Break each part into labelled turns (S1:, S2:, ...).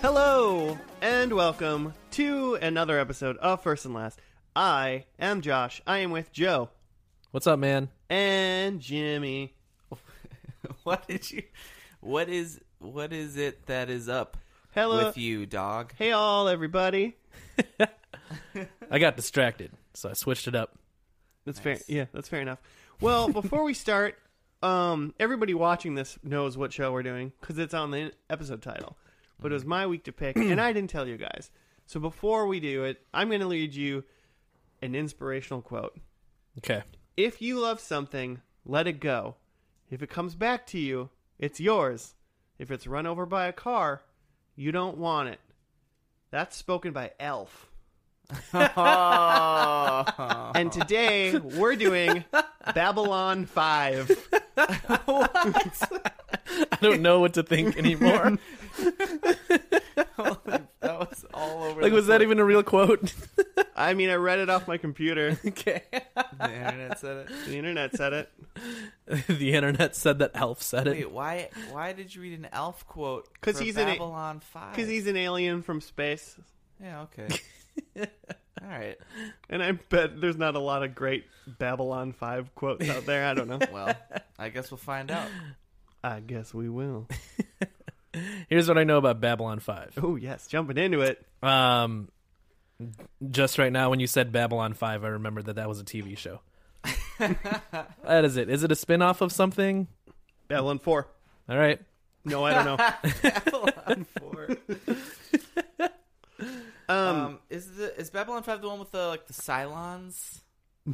S1: Hello and welcome to another episode of First and Last. I am Josh. I am with Joe
S2: What's up, man?
S1: and Jimmy.
S3: what did you what is what is it that is up
S1: Hello.
S3: with you dog
S1: Hey, all, everybody.
S2: I got distracted, so I switched it up.
S1: That's fair. Yeah, that's fair enough. Well, before we start, um, everybody watching this knows what show we're doing because it's on the episode title. But it was
S3: Mm-hmm.
S1: my week to pick, and I didn't tell you guys. So before we do it, I'm going to lead you an inspirational quote.
S2: Okay.
S1: If you love something, let it go. If it comes back to you, it's yours. If it's run over by a car, you don't want it. That's spoken by Elf. And today we're doing Babylon 5.
S2: I don't know what to think anymore.
S3: that was all over
S2: like,
S3: the
S2: was that even a real quote?
S1: I mean, I read it off my computer.
S2: okay.
S3: the internet said it
S1: The internet said it.
S2: the internet said that Elf said it.
S3: wait why why did you read an elf quote
S1: 'Cause
S3: for
S1: he's in it.
S3: babylon 5
S1: Because he's an alien from space.
S3: yeah okay all right
S1: And I bet there's not a lot of great Babylon 5 quotes out there. I don't know.
S3: well i guess we'll find out
S1: I guess we will.
S2: Here's what I know about Babylon 5.
S1: Oh, yes. Jumping into it.
S2: Um, just right now, when you said Babylon 5, I remembered that that was a TV show. that is it. Is it a spin off of something?
S1: Babylon 4.
S2: All right.
S1: No, I don't know.
S3: babylon 4
S1: Um,
S3: um is the is babylon 5 the one with the like the cylons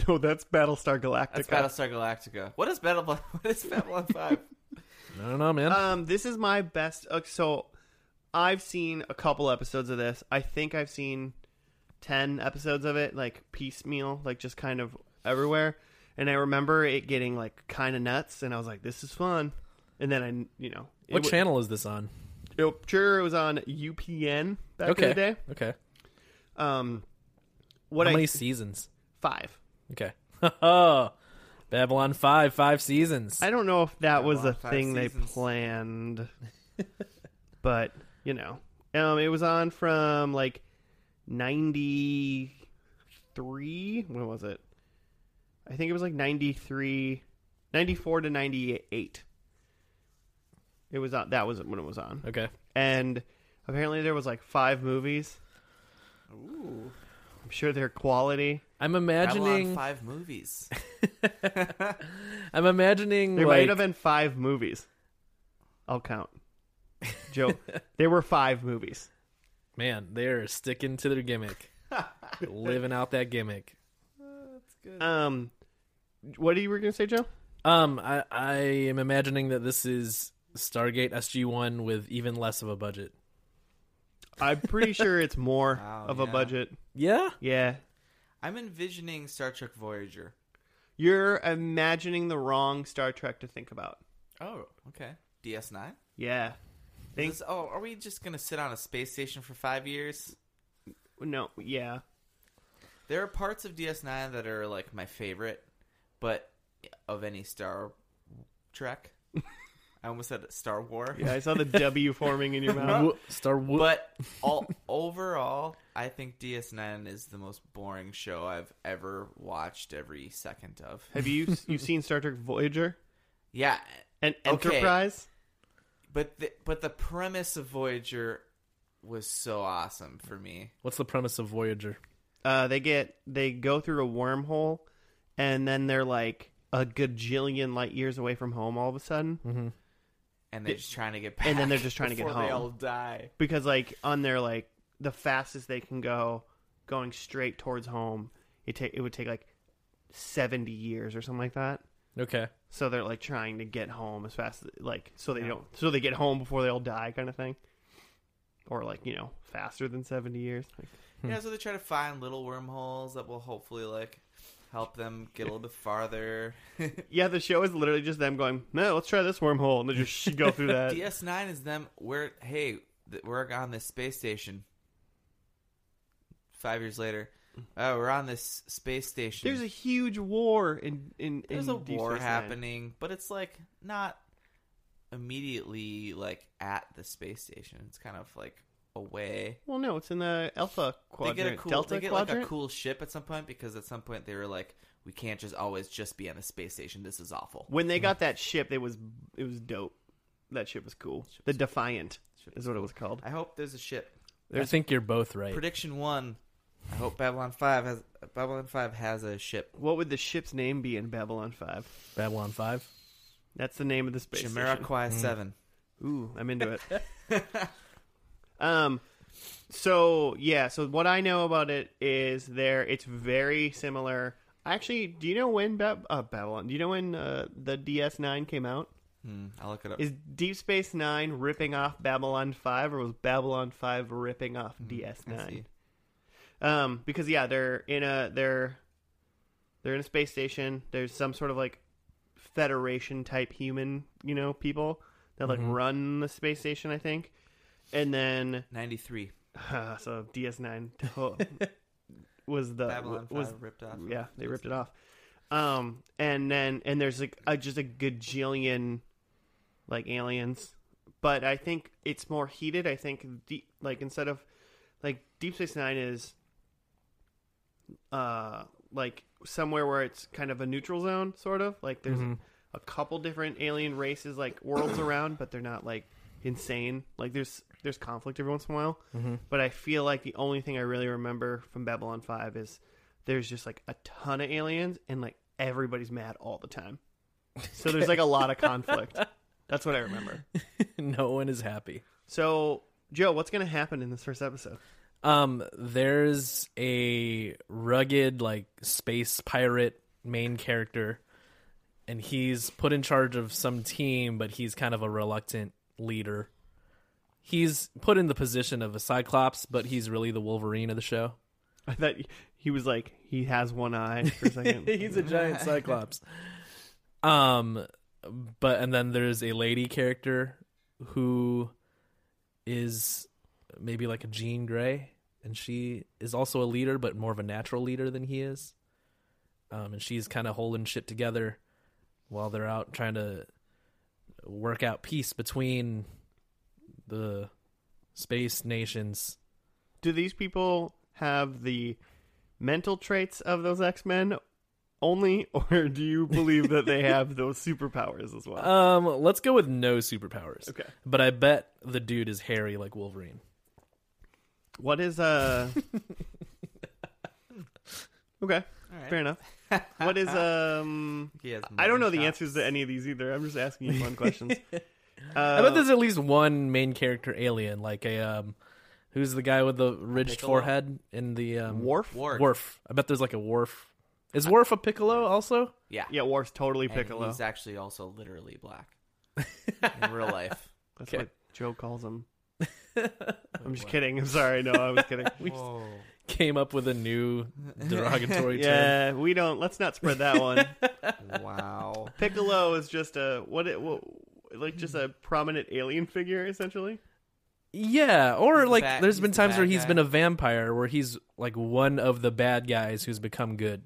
S1: no, that's Battlestar
S3: that's
S1: Galactica.
S3: battlestar galactica what is babylon what is babylon 5
S2: I don't know, man.
S1: um, this is my best. Uh, so, I've seen a couple episodes of this. I think I've seen ten episodes of it, like piecemeal, like just kind of everywhere. And I remember it getting like kind of nuts, and I was like, "This is fun." And then I, you know, it
S2: what
S1: wa-
S2: channel is this on?
S1: It, sure, it was on UPN back in
S2: Okay.
S1: the day.
S2: Okay.
S1: Um, what
S2: How
S1: I
S2: many seasons?
S1: five.
S2: Okay. Oh, Babylon 5, five seasons.
S1: I don't know if that was a
S3: Babylon five
S1: thing they
S3: seasons.
S1: planned, but you know, um, it was on from like ninety three. When was it? I think it was like 93, 94 to ninety eight. It was on. That was when it was on,
S2: Okay.
S1: and apparently there was like five movies.
S3: Ooh.
S1: I'm sure their quality.
S2: I'm
S3: Babylon
S2: imagining.
S3: 5 movies.
S2: I'm imagining.
S1: There
S2: like,
S1: might have been five movies. I'll count. Joe, there were five movies.
S2: Man, they're sticking to their gimmick, living out that gimmick.
S1: Um, what are you were gonna say, Joe?
S2: Um, I I am imagining that this is Stargate SG One with even less of a budget.
S1: I'm pretty sure it's more
S3: Wow,
S1: of a
S3: yeah.
S1: budget.
S2: Yeah,
S1: Yeah,
S3: I'm envisioning Star Trek Voyager.
S1: you're imagining the wrong Star Trek to think about.
S3: Oh, okay. DS9?
S1: Yeah, Think-
S3: Is this- oh, are we just going to sit on a space station for five years?
S1: no, yeah,
S3: There are parts of DS9 that are like my favorite, but of any Star Trek. I almost said Star War.
S1: yeah. I saw the W forming in your mouth.
S2: Wo- Star Wo-
S3: But all, overall, I think DS9 is the most boring show I've ever watched every second of.
S1: Have you you seen Star Trek Voyager
S3: Yeah,
S1: and
S3: Okay.
S1: Enterprise?
S3: but the, but the premise of Voyager was so awesome for me.
S2: What's the premise of Voyager?
S1: Uh, they get they go through a wormhole, and then they're like a gajillion light years away from home all of a sudden.
S3: and they're just trying to get back.
S1: And then they're just trying to get
S3: before They
S1: home.
S3: all die.
S1: because like on their like the fastest they can go going straight towards home it take it would take like 70 years or something like that
S2: Okay,
S1: so they're like trying to get home as fast as like so they don't so they get home before they all die kind of thing or like you know faster than 70 years like,
S3: Yeah, so they try to find little wormholes that will hopefully like help them get a little bit farther.
S1: yeah the show is literally just them going no let's try this wormhole and they just sh- go through
S3: Uh,
S1: that
S3: DS9 is them. We're hey, th- we're on this space station. Five years later, oh, we're on this space station.
S1: there's a huge war in in
S3: there's
S1: in
S3: a
S1: Deep
S3: war
S1: Space Nine.
S3: happening, but it's like not immediately like at the space station. It's kind of like away.
S1: Well, no, it's in the Alpha quadrant,
S3: they get a cool,
S1: Delta
S3: they get
S1: quadrant.
S3: like a cool ship at some point because at some point they were like, we can't just always just be on the space station. This is awful.
S1: when they got that ship, it was it was dope. That ship was cool. the Defiant
S3: Ship
S1: is what it was called.
S3: I hope there's a ship.
S2: I think you're both right.
S3: Prediction one. I hope Babylon Five has Babylon Five has a ship.
S1: What would the ship's name be in Babylon Five?
S2: Babylon Five.
S1: That's the name of the space station. Hmm.
S3: Chimeraquai Seven.
S1: Ooh, I'm into it. um, so yeah, so what I know about it is there. It's very similar. Actually, do you know when Bab- uh, Babylon? Do you know when uh, the DS9 came out?
S3: Hmm, I'll look it up.
S1: Is Deep Space Nine ripping off Babylon Five, or was Babylon Five ripping off
S3: Mm, I see.
S1: DS9? Um, because yeah, they're in a they're they're in a space station. There's some sort of like Federation type human, you know, people that
S3: Mm-hmm.
S1: like run the space station, I think. And then
S3: Ninety three.
S1: so DS9 to- was the
S3: Babylon Five
S1: was
S3: ripped off.
S1: yeah, they ripped it off. Um, and then and there's like a, just a gajillion like aliens, but I think it's more heated. I think deep, like instead of like Deep Space Nine is uh like somewhere where it's kind of a neutral zone, sort of like there's
S2: Mm-hmm.
S1: a, couple different alien races like worlds around, but they're not like insane. Like there's there's conflict every once in a while,
S2: Mm-hmm.
S1: but I feel like the only thing I really remember from Babylon Five is there's just like a ton of aliens and like everybody's mad all the time. So there's like a lot of conflict. That's what I remember.
S2: no one is happy.
S1: So Joe, what's gonna happen in this first episode?
S2: Um, there's a rugged like space pirate main character, and he's put in charge of some team, but he's kind of a reluctant leader. He's put in the position of a Cyclops, but he's really the Wolverine of the show.
S1: I thought he was like he has one eye for a second.
S2: he's a giant Cyclops. Um, but and then there's a lady character who is maybe like a Jean Grey, and she is also a leader, but more of a natural leader than he is. Um, and she's kind of holding shit together while they're out trying to work out peace between the space nations.
S1: Do these people have the mental traits of those X Men only, or do you believe that they have those superpowers as well?
S2: Um, let's go with no superpowers.
S1: Okay.
S2: But I bet the dude is hairy like Wolverine.
S1: What is uh? okay,
S3: All right.
S1: fair enough. What is um?
S3: He has
S1: I don't know
S3: modern
S1: the
S3: shots.
S1: answers to any of these either. I'm just asking you fun questions. Uh,
S2: I bet there's at least one main character alien, like a um, who's the guy with the ridged
S3: Piccolo?
S2: forehead in the um,
S1: Worf.
S3: Warg.
S2: Worf. I bet there's like a Worf. Is Worf a Piccolo also?
S3: Yeah.
S1: Yeah, Worf's totally
S3: And
S1: Piccolo.
S3: He's actually also literally black in real life.
S1: That's
S2: okay.
S1: what Joe calls him. I'm just kidding. I'm sorry. No, I was kidding.
S3: Whoa.
S2: Came up with a new derogatory term.
S1: yeah, we don't. Let's not spread that one.
S3: Wow.
S1: Piccolo is just a what? It, what like just a prominent alien figure, essentially.
S2: Yeah, or
S3: He's the
S2: like
S3: bad-
S2: there's
S3: he's
S2: been
S3: the
S2: times
S3: bad
S2: where he's
S3: guy.
S2: been a vampire, where he's like one of the bad guys who's become good.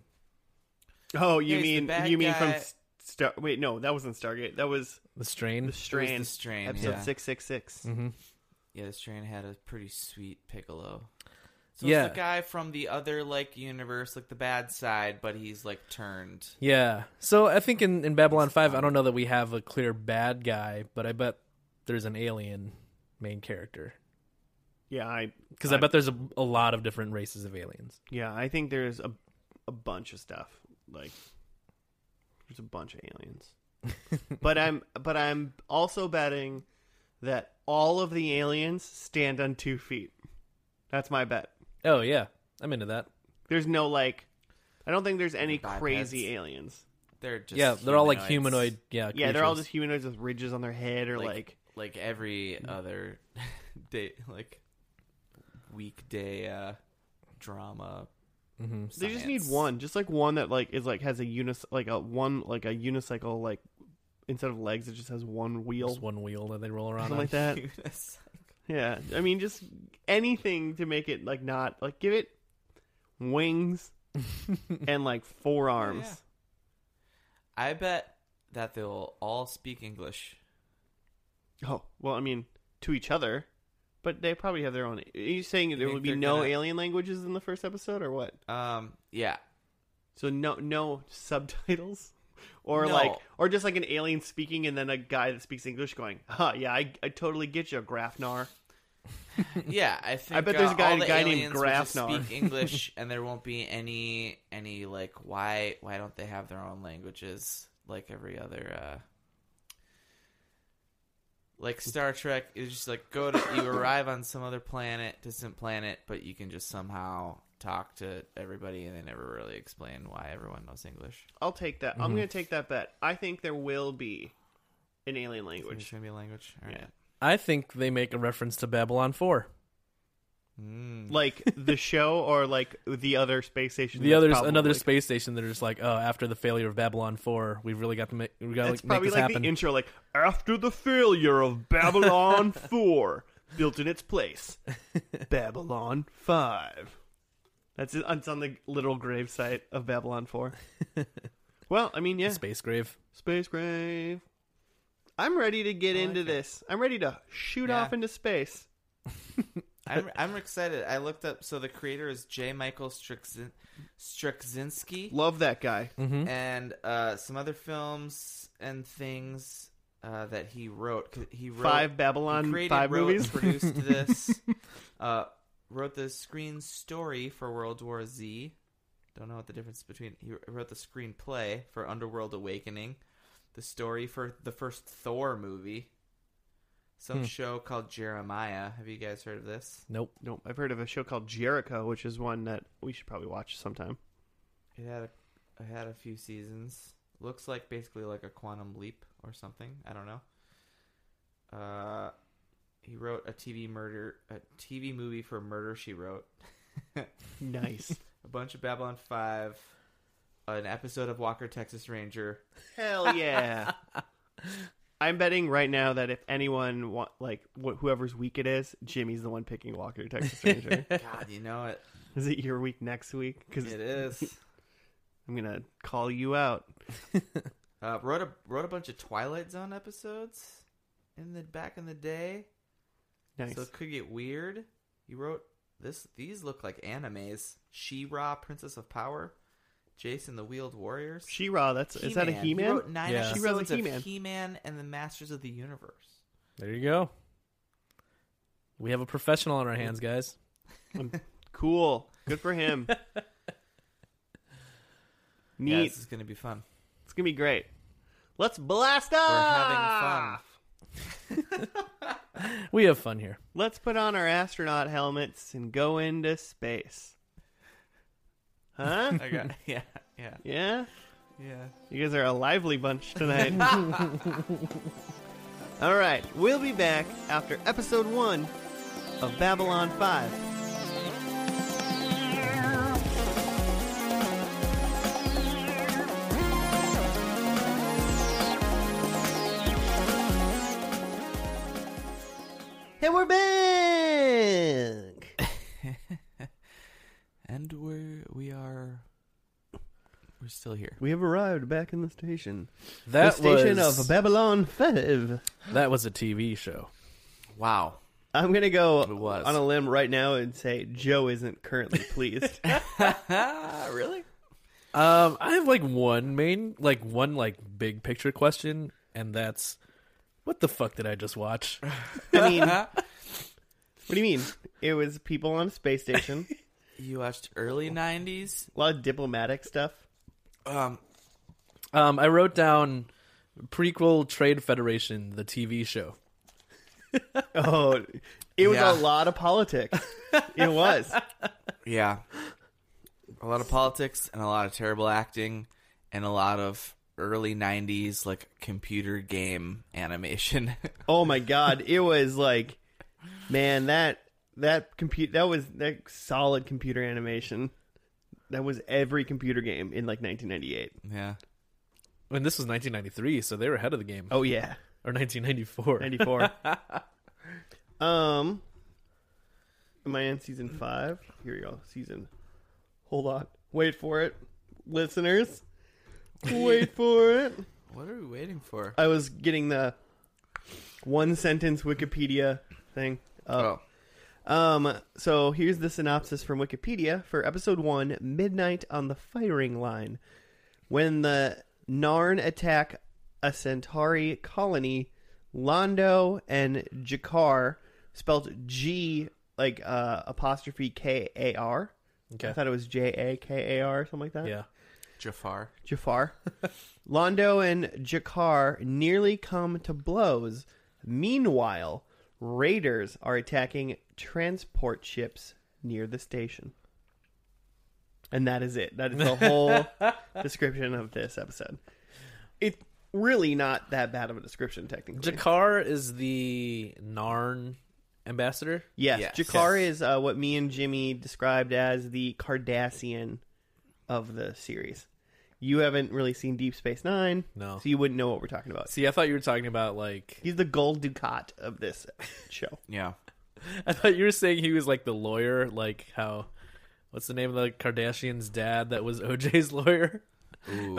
S1: Oh, you
S3: Yeah, he's the
S1: mean
S3: bad
S1: you mean from
S3: guy.
S1: S- Star? Wait, no, that wasn't Stargate. That was
S2: Hmm.
S1: the
S2: The strain.
S1: Strain.
S3: It was the Strain,
S1: episode
S3: yeah.
S1: six six six.
S2: hmm
S3: Yeah, this train had a pretty sweet Piccolo. So
S2: Yeah.
S3: it's the guy from the other like universe, like the bad side, but he's like turned.
S2: Yeah. So I think in, in Babylon 5, I don't know that we have a clear bad guy, but I bet there's an alien main character.
S1: Yeah, I
S2: Because I bet there's a, a lot of different races of aliens.
S1: yeah I think there's a a bunch of stuff like there's a bunch of aliens. but I'm but I'm also betting that all of the aliens stand on two feet. That's my bet.
S2: Oh, yeah. I'm into that.
S1: There's no like, I don't think there's any
S3: Bipeds.
S1: crazy aliens.
S3: They're just
S2: yeah, they're all like humanoid.
S3: humanoids.
S2: Yeah,
S1: Yeah, they're all
S2: creatures.
S1: just humanoids with ridges on their head or like,
S3: like every other day, like weekday uh, drama.
S2: Mm-hmm.
S1: they just need
S3: science.
S1: one, just like one that like is like has a unis like a one like a unicycle like instead of legs it just has one wheel
S2: Just one wheel that they roll around
S1: something like that.
S2: on.
S3: Unicycle.
S1: Yeah, I mean just anything to make it like not like give it wings and like forearms.
S3: Yeah. I bet that they'll all speak English.
S1: Oh well, I mean to each other, But they probably have their own. Are you saying there
S3: think
S1: will be
S3: they're
S1: no
S3: gonna-
S1: alien languages in the first episode, or what?
S3: Um, yeah,
S1: So no, no subtitles, or
S3: No.
S1: like, or just like an alien speaking, and then a guy that speaks English going, "Huh, yeah, I, I totally get you, Grafnar."
S3: yeah. I think
S1: bet there's
S3: uh,
S1: a guy-
S3: all the
S1: guy named
S3: aliens will just
S1: Grafnar.
S3: speak English, and there won't be any any like why why don't they have their own languages like every other. uh like Star Trek is just like go to you arrive on some other planet, distant planet, but you can just somehow talk to everybody, and they never really explain why everyone knows English.
S1: I'll take that.
S3: Mm-hmm.
S1: I'm gonna take that bet. I think there will be an alien
S3: Which
S1: language.
S3: gonna be a language. All right.
S2: I think they make a reference to Babylon 4.
S3: Mm.
S1: Like the show, or like the other space station.
S2: The
S1: that's
S2: other
S1: probably-
S2: another space station that is like, oh, after the failure of Babylon 4, we've really got to make we got
S1: That's
S2: to make
S1: probably
S2: this
S1: like
S2: happen.
S1: the intro, like after the failure of Babylon Four, built in its place, Babylon Five. That's it. It's on the literal gravesite of Babylon Four. well, I mean, yeah,
S2: Space grave.
S1: space grave. I'm ready to get
S3: I like
S1: into
S3: it.
S1: this. I'm ready to shoot
S3: Yeah.
S1: off into space.
S3: I'm I'm excited. I looked up. So the creator is J. Michael Strixin, Striczynski,
S1: Love that guy.
S2: Mm-hmm.
S3: and uh, some other films and things uh, that he wrote. 'Cause He wrote
S1: Five
S3: he
S1: Babylon
S3: created,
S1: Five
S3: wrote,
S1: movies.
S3: Produced this. uh, wrote the screen story for World War Z. Don't know what the difference between. He wrote the screenplay for Underworld Awakening, the story for the first Thor movie. Some
S2: Hmm.
S3: show called Jeremiah. Have you guys heard of this?
S2: Nope.
S1: Nope, I've heard of a show called Jericho, which is one that we should probably watch sometime.
S3: It had a, it had a few seasons. Looks like basically like a quantum leap or something. I don't know. Uh, he wrote a TV murder, a TV movie for Murder She Wrote,
S1: Nice.
S3: a bunch of Babylon Five, an episode of Walker Texas Ranger.
S1: Hell yeah. I'm betting right now that if anyone wa- like wh- whoever's week it is, Jimmy's the one picking Walker Texas Ranger.
S3: God, you know it.
S1: is it your week next week? Because
S3: It is.
S1: I'm gonna call you out.
S3: Uh, wrote a wrote a bunch of Twilight Zone episodes in the back in the day.
S1: Nice.
S3: So it could get weird. You wrote this. These look like animes. She-Ra, Princess of Power, Jason the Wheeled Warriors.
S1: She-Ra. That's is that a
S3: He
S1: He-Man?
S3: wrote nine
S2: Yeah.
S1: She-Ra's a
S3: episodes of
S1: He-Man.
S3: He-Man and the Masters of the Universe.
S2: There you go. We have a professional on our hands, guys.
S1: Cool. Good for him. Neat.
S3: Yeah, this is gonna be fun.
S1: It's gonna be great. Let's blast off. Ah.
S3: having fun.
S2: We have fun here.
S1: Let's put on our astronaut helmets and go into space. Huh?
S3: Okay. yeah, yeah,
S1: yeah.
S3: yeah.
S1: You guys are a lively bunch tonight. All right, we'll be back after episode one of Babylon 5. And we're back!
S3: And we're we are we're still here.
S1: We have arrived back in the station.
S2: That
S1: the station
S2: was
S1: of Babylon 5.
S2: that was a TV show.
S3: Wow.
S1: I'm gonna go
S3: It was.
S1: on a limb right now and say Joe isn't currently pleased.
S3: really?
S2: Um, I have like one main, like one like big picture question, and that's what the fuck did I just watch?
S1: I mean, what do you mean? It was people on a space station,
S3: You watched early '90s.
S1: a lot of diplomatic stuff.
S3: Um,
S2: Um, I wrote down prequel Trade Federation, the TV show.
S1: Oh, it was
S3: Yeah.
S1: a lot of politics. It was.
S3: Yeah. A lot of politics and a lot of terrible acting and a lot of early 90s like computer game animation.
S1: Oh my god, it was like, man, that that compute that was that solid computer animation. That was every computer game in like 1998.
S3: yeah.
S2: And this was 1993, so they were ahead of the game,
S1: Oh yeah.
S2: or 1994.
S1: 94. um, am I in season five? Here you go. Season. Hold on. Wait for it, listeners. Wait for it.
S3: What are we waiting for?
S1: I was getting the one sentence Wikipedia thing. Uh,
S3: oh.
S1: Um, so here's the synopsis from Wikipedia for episode one Midnight on the Firing Line. When the Narn attack a Centauri colony, Londo and Jakar, spelled G, like uh, apostrophe K A R. I
S2: Okay.
S1: thought it was J A K A R, something like that.
S2: Yeah.
S3: Jafar.
S1: Jafar. Londo and Jakar nearly come to blows. Meanwhile, raiders are attacking transport ships near the station. And that is it. That is the whole description of this episode. It's really not that bad of a description, technically.
S2: Jakar is the Narn ambassador.
S1: yes,
S3: Yes.
S1: Jakar
S2: Yes.
S1: is uh, what me and Jimmy described as the Cardassian of the series. You haven't really seen Deep Space Nine,
S2: No.
S1: so you wouldn't know what we're talking about.
S2: See, I thought you were talking about like
S1: He's the gold ducat of this show.
S3: Yeah.
S2: I thought you were saying he was like the lawyer, like how what's the name of the Kardashian's dad that was OJ's lawyer?
S3: Ooh.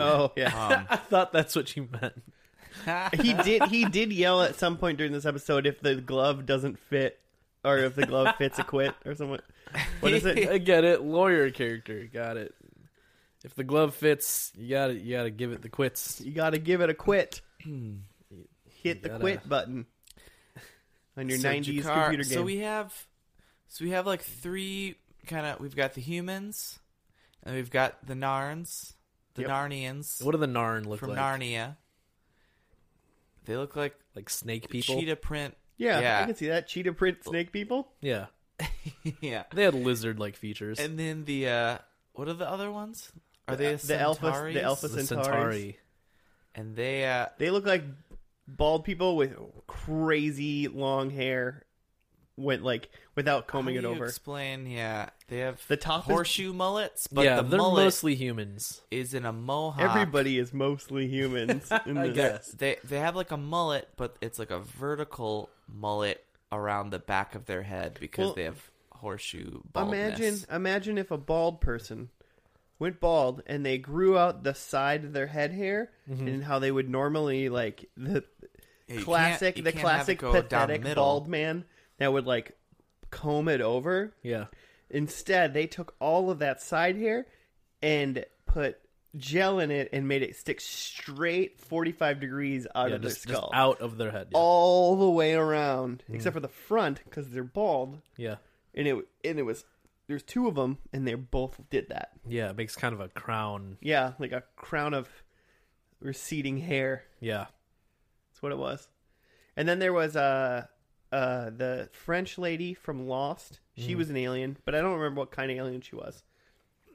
S1: Oh yeah.
S3: Um,
S2: I thought that's what you meant.
S1: he did he did yell at some point during this episode if the glove doesn't fit or if the glove fits a quit or something. What is it?
S2: I get it. Lawyer character. Got it. If the glove fits, you got to You got to give it the quits.
S1: You gotta give it a quit. Hit the
S2: gotta-
S1: quit button. On your
S3: so
S1: nineties
S3: Jakar-
S1: computer game.
S3: So we have, so we have like three kind of. We've got the humans, and we've got the Narns, the
S1: Yep.
S3: Narnians
S2: What do the Narn look
S3: from
S2: like?
S3: Narnia. They look like
S2: Like snake people.
S3: cheetah print.
S1: yeah, I
S3: yeah.
S1: can see that. Cheetah print snake people.
S2: Yeah,
S3: yeah.
S2: they had lizard like features.
S3: And then the uh, what are the other ones? Are
S1: The-
S3: they
S1: the alpha- the
S3: Centauris?
S1: alpha-
S2: the
S1: Centauris.
S2: Centauri.
S3: And they uh,
S1: They look like bald people with crazy long hair went like without combing
S3: how
S1: it
S3: do you
S1: over.
S3: Explain, yeah. They have
S1: The top is-
S3: horseshoe mullets, but
S2: yeah,
S3: the
S2: they're
S3: mullet
S2: mostly humans.
S3: is in a mohawk.
S1: Everybody is mostly humans in
S2: I
S1: this.
S2: guess.
S3: They they have like a mullet, but it's like a vertical mullet around the back of their head because
S1: Well,
S3: they have horseshoe baldness.
S1: Imagine, imagine if a bald person went bald and they grew out the side of their head hair, and how they would normally like the
S3: Mm-hmm. Yeah, you
S1: classic,
S3: can't- you
S1: the
S3: can't have
S1: classic
S3: it go down
S1: pathetic
S3: middle.
S1: bald man that would like comb it over.
S2: Yeah,
S1: Instead, they took all of that side hair and put gel in it and made it stick straight forty five degrees out
S2: yeah
S1: of their
S2: just, just
S1: skull.
S2: out of their head. Yeah,
S1: all the way around,
S3: Mm.
S1: except for the front because they're bald,
S2: yeah,
S1: and it and it was there's two of them, and they both did that.
S2: yeah. It makes kind of a crown.
S1: Yeah, like a crown of receding hair.
S2: Yeah,
S1: That's what it was. And then there was uh uh the French lady from Lost. She
S2: Mm.
S1: was an alien, but I don't remember what kind of alien she was.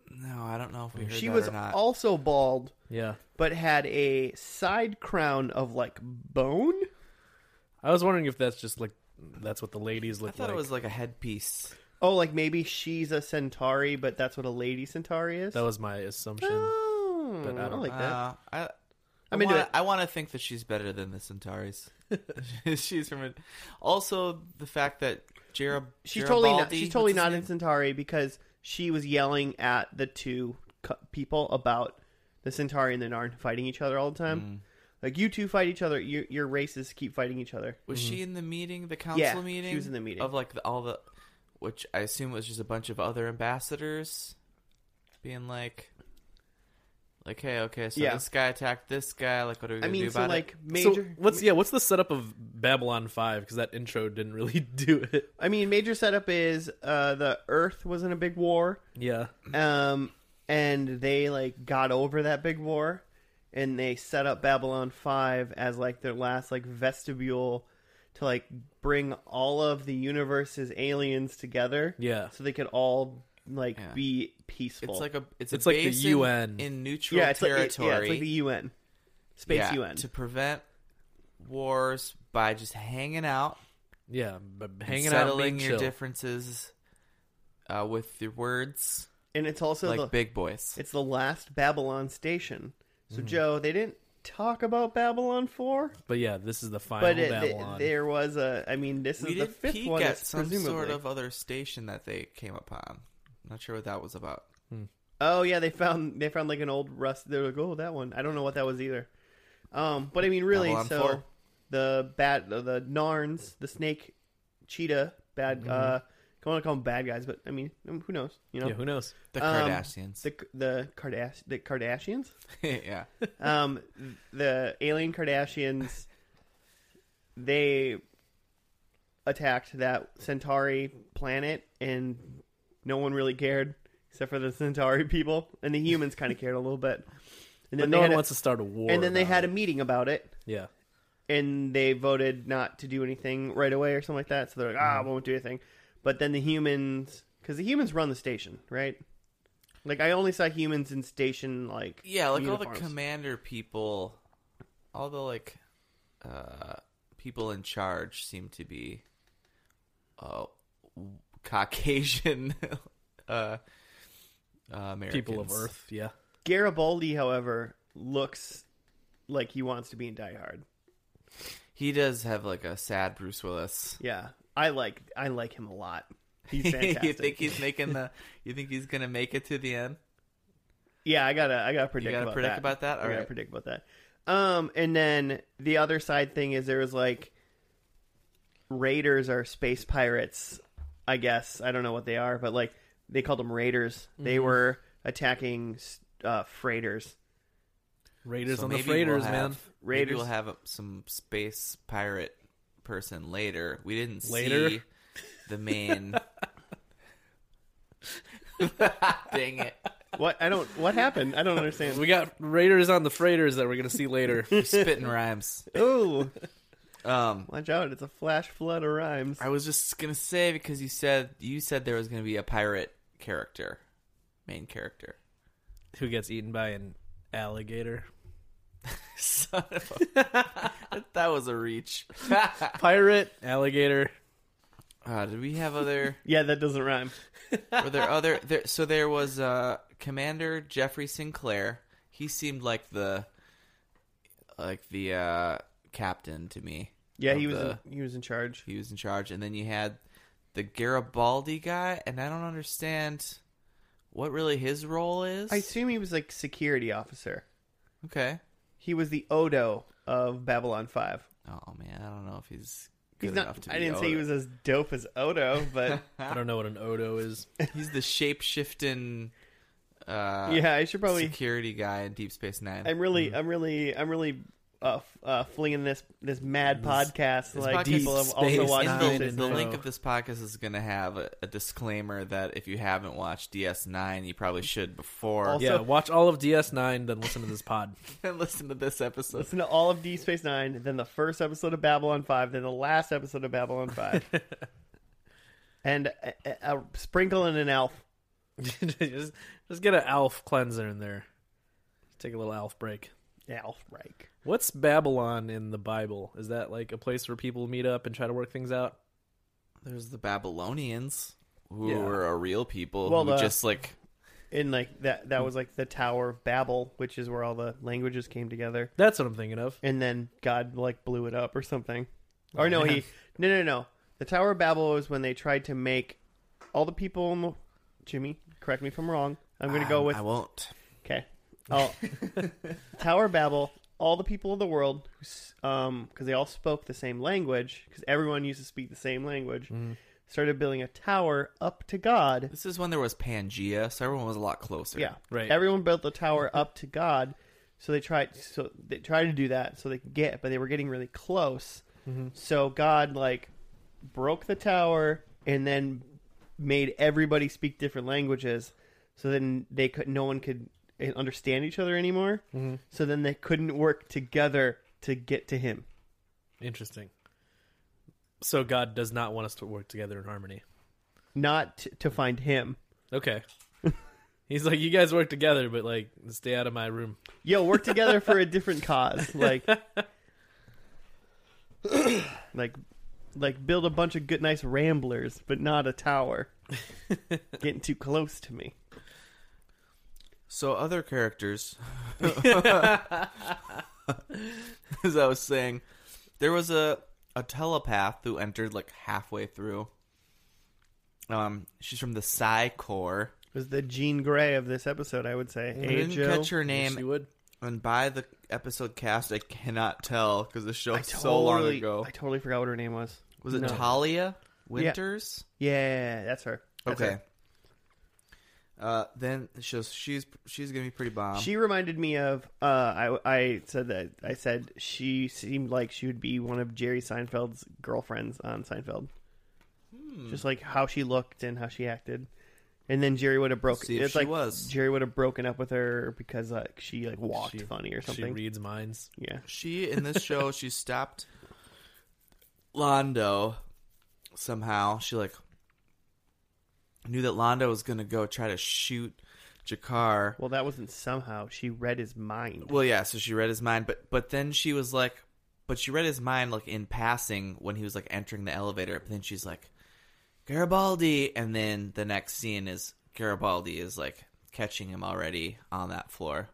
S3: No, I don't know if we heard
S1: She
S3: that
S1: was
S3: or not.
S1: also bald,
S2: yeah.
S1: but had a side crown of like bone.
S2: I was wondering if that's just like that's what the ladies
S3: I
S2: look
S3: thought
S2: like.
S3: it was like a headpiece.
S1: Oh, like maybe she's a Centauri, but that's what a lady Centauri is.
S2: that was my assumption.
S1: oh,
S2: but I
S1: I
S2: don't-
S1: like that.
S3: Uh, I,
S1: I'm
S3: I
S1: into
S3: wanna,
S1: it.
S3: I want to think that she's better than the Centauri's. she's from it. Also, the fact that Jarab
S1: she's totally not,
S3: Garibaldi-
S1: she's totally
S3: what's his
S1: not
S3: name?
S1: in Centauri because she was yelling at the two cu- people about the Centauri and the Narn fighting each other all the time.
S3: Mm.
S1: Like you two fight each other, your, your races keep fighting each other.
S3: Was she in the meeting, the council
S1: Mm-hmm. Yeah, she
S3: meeting?
S1: was in the meeting.
S3: of like the, all the, which I assume was just a bunch of other ambassadors, being like, like, hey, okay, so
S1: Yeah.
S3: this guy attacked this guy. Like, what are we
S1: I
S3: gonna do
S1: mean, so
S3: about
S1: like
S3: it?
S1: major.
S2: So what's yeah? What's the setup of Babylon Five? Because that intro didn't really do it.
S1: I mean, major setup is uh, the Earth was in a big war,
S2: Yeah,
S1: um, and they like got over that big war, and they set up Babylon Five as like their last like vestibule to like bring all of the universe's aliens together.
S2: yeah.
S1: so they could all like
S3: Yeah.
S1: be peaceful.
S3: It's like a, it's,
S2: It's
S3: a
S2: like the
S3: base in-
S2: UN.
S3: in, neutral
S1: yeah, it's like, it-
S3: territory.
S1: yeah, it's like the UN, space
S3: Yeah,
S1: UN.
S3: to prevent wars by just hanging out,
S2: Yeah, but
S3: and
S2: hanging out,
S3: settling
S2: being
S3: your
S2: chill.
S3: differences uh, with your words,
S1: and it's also
S3: like
S1: the
S3: big boys.
S1: it's the last Babylon station. So
S3: Mm-hmm.
S1: Joe, they didn't talk about Babylon four,
S2: But yeah, this is the final
S1: but it, th-
S2: Babylon.
S1: there was a. I mean, this
S3: we
S1: is the
S3: did
S1: fifth
S3: peek
S1: one.
S3: at
S1: that's
S3: some
S1: presumably.
S3: sort of other station that they came upon. Not sure what that was about.
S1: Oh yeah, they found they found like an old rust. They're like, oh, that one. I don't know what that was either. Um, but I mean, really,
S3: Babylon
S1: so
S3: 4.
S2: Mm-hmm.
S1: the bat, the Narns, the snake, cheetah, bad uh, I want to call them bad guys, but I mean, who knows? You know,
S2: Yeah, who knows?
S3: The
S1: Um,
S3: Kardashians.
S1: the the Kardash the Kardashians,
S3: yeah.
S1: um, the alien Kardashians, they attacked that Centauri planet, and no one really cared except for the Centauri people, and the humans kind of cared a little bit. And
S2: But
S1: then
S2: no
S1: they
S2: one
S1: had a,
S2: wants to start a war.
S1: and then they
S2: about
S1: had
S2: it.
S1: a meeting about it,
S2: yeah.
S1: and they voted not to do anything right away or something like that. So they're like, ah,
S2: Mm-hmm.
S1: I won't do anything. But then the humans, because the humans run the station, right? Like I only saw humans in station like
S3: Yeah, like all the
S1: uniforms.
S3: commander people, all the like uh, people in charge seem to be uh, Caucasian uh, uh, Americans.
S2: People of Earth. Yeah.
S1: Garibaldi, however, looks like he wants to be in Die Hard.
S3: He does have like a sad Bruce Willis.
S1: Yeah, I like I like him a lot. He's fantastic.
S3: you think he's making the? You think he's gonna make it to the end?
S1: Yeah, I gotta I gotta predict.
S3: You gotta
S1: about
S3: predict
S1: that.
S3: about that.
S1: I
S3: All
S1: gotta
S3: right.
S1: predict about that. Um, and then the other side thing is there was like raiders are space pirates. I guess I don't know what they are, but like they called them raiders. They
S3: Mm-hmm.
S1: were attacking uh, freighters.
S2: Raiders
S3: So
S2: on the
S3: maybe
S2: freighters,
S3: we'll have,
S2: man.
S3: Maybe
S1: Raiders.
S3: we'll have some space pirate person later. We didn't
S2: Later?
S3: see the main. Dang it!
S1: What I don't. What happened? I don't understand.
S2: We got Raiders on the freighters that we're gonna see later.
S3: Spitting rhymes.
S1: oh,
S3: Um,
S1: watch out! It's a flash flood of rhymes.
S3: I was just gonna say because you said you said there was gonna be a pirate character, main character.
S2: Who gets eaten by an alligator?
S3: Son of a... that was a reach.
S2: Pirate, alligator.
S3: uh, did we have other?
S1: Yeah, that doesn't rhyme.
S3: Were there other? There, so there was uh, Commander Jeffrey Sinclair. He seemed like the like the uh, captain to me.
S1: Yeah,
S3: Of
S1: he was
S3: the-
S1: in, he was in charge.
S3: He was in charge, and then you had the Garibaldi guy, and I don't understand what really his role is.
S1: I assume he was like security officer.
S3: Okay.
S1: He was the Odo of Babylon Five.
S3: Oh man, I don't know if he's good
S1: He's not.
S3: enough to. Be
S1: I didn't say he was as dope as Odo, but
S2: I don't know what an Odo is.
S3: He's the shape shifting. Uh, Mm.
S1: yeah, I should probably.
S3: security guy in Deep Space Nine.
S1: I'm really, I'm really, I'm really uh, f- uh, flinging this this mad podcast
S3: this
S1: like
S3: podcast
S1: people have also
S2: Space
S1: watched
S2: Nine
S1: Deep
S3: And the,
S1: Space
S2: and
S3: the
S1: Nine.
S3: link of this podcast is going to have a, a disclaimer that if you haven't watched DS9, you probably should before
S1: Also-
S2: yeah, watch all of DS9, then listen to this pod.
S3: and listen to this episode.
S1: Listen to all of D Space Nine, then the first episode of Babylon Five, then the last episode of Babylon Five, and a, a, a sprinkle in an elf.
S2: just, just get an Alf cleanser in there. Take a little Alf break.
S1: Elf, right?
S2: What's Babylon in the Bible? Is that like a place where people meet up and try to work things out?
S3: There's the Babylonians, who
S2: Yeah.
S3: were a real people
S1: Well,
S3: who
S1: the-
S3: just like
S1: And like that,
S3: Hmm.
S1: that was like the Tower of Babel, which is where all the languages came together.
S2: That's what I'm thinking of.
S1: and then God like blew it up or something. Or no, he no no no. The Tower of Babel was when they tried to make all the people. In the, Jimmy, correct me if I'm wrong. I'm going to go
S3: um,
S1: with
S3: I won't.
S1: okay. Oh, Tower of Babel. All the people of the world, because they all spoke the same language, because everyone used to speak the same language,
S3: Mm-hmm.
S1: started building a tower up to God.
S3: This is when there was Pangea, so everyone was a lot closer.
S1: Yeah,
S2: Right.
S1: Everyone built the tower up to God, so they tried. So they tried to do that, so they could get, but they were getting really close. So God like broke the tower and then made everybody speak different languages. So then they could, no one could understand each other anymore. So then they couldn't work together to get to Him.
S2: Interesting. So God does not want us to work together in harmony.
S1: Not t- to find him.
S2: Okay. He's like, you guys work together, but like, stay out of my room.
S1: Yo, work together for a different cause. Like, like, like build a bunch of good, nice ramblers, but not a tower. Getting too close to me.
S3: So other characters, as I was saying, there was a a telepath who entered like halfway through. Um, she's from the Psi Corps.
S1: It was the Jean Grey of this episode, I would say.
S3: I
S1: Hey,
S3: didn't
S1: Joe.
S3: catch her
S2: Yes, you
S3: name,
S2: would.
S3: and by the episode cast, I cannot tell because the show
S1: I
S3: so long
S1: totally-
S3: ago.
S1: I totally forgot what her name was.
S3: Was it
S1: No.
S3: Talia? Winters.
S1: Yeah, that's her. That's
S3: Okay.
S1: her.
S3: Uh, then she's she's she's gonna be pretty bomb.
S1: She reminded me of uh, I I said that I said she seemed like she would be one of Jerry Seinfeld's girlfriends on Seinfeld.
S3: Hmm.
S1: Just like how she looked and how she acted, and then Jerry would have broken.
S3: See if
S1: it's
S3: she
S1: like
S3: was.
S1: Jerry would have broken up with her because uh, she like walked
S2: She-
S1: funny or something.
S2: She reads minds.
S1: yeah,
S3: She in this show, she stopped Londo somehow. She like knew that Londo was gonna go try to shoot Jakar.
S1: Well, that wasn't somehow. She read his mind.
S3: Well, yeah, so she read his mind, but but then she was like, but she read his mind like in passing when he was like entering the elevator. But then she's like, Garibaldi, and then the next scene is Garibaldi is like catching him already on that floor.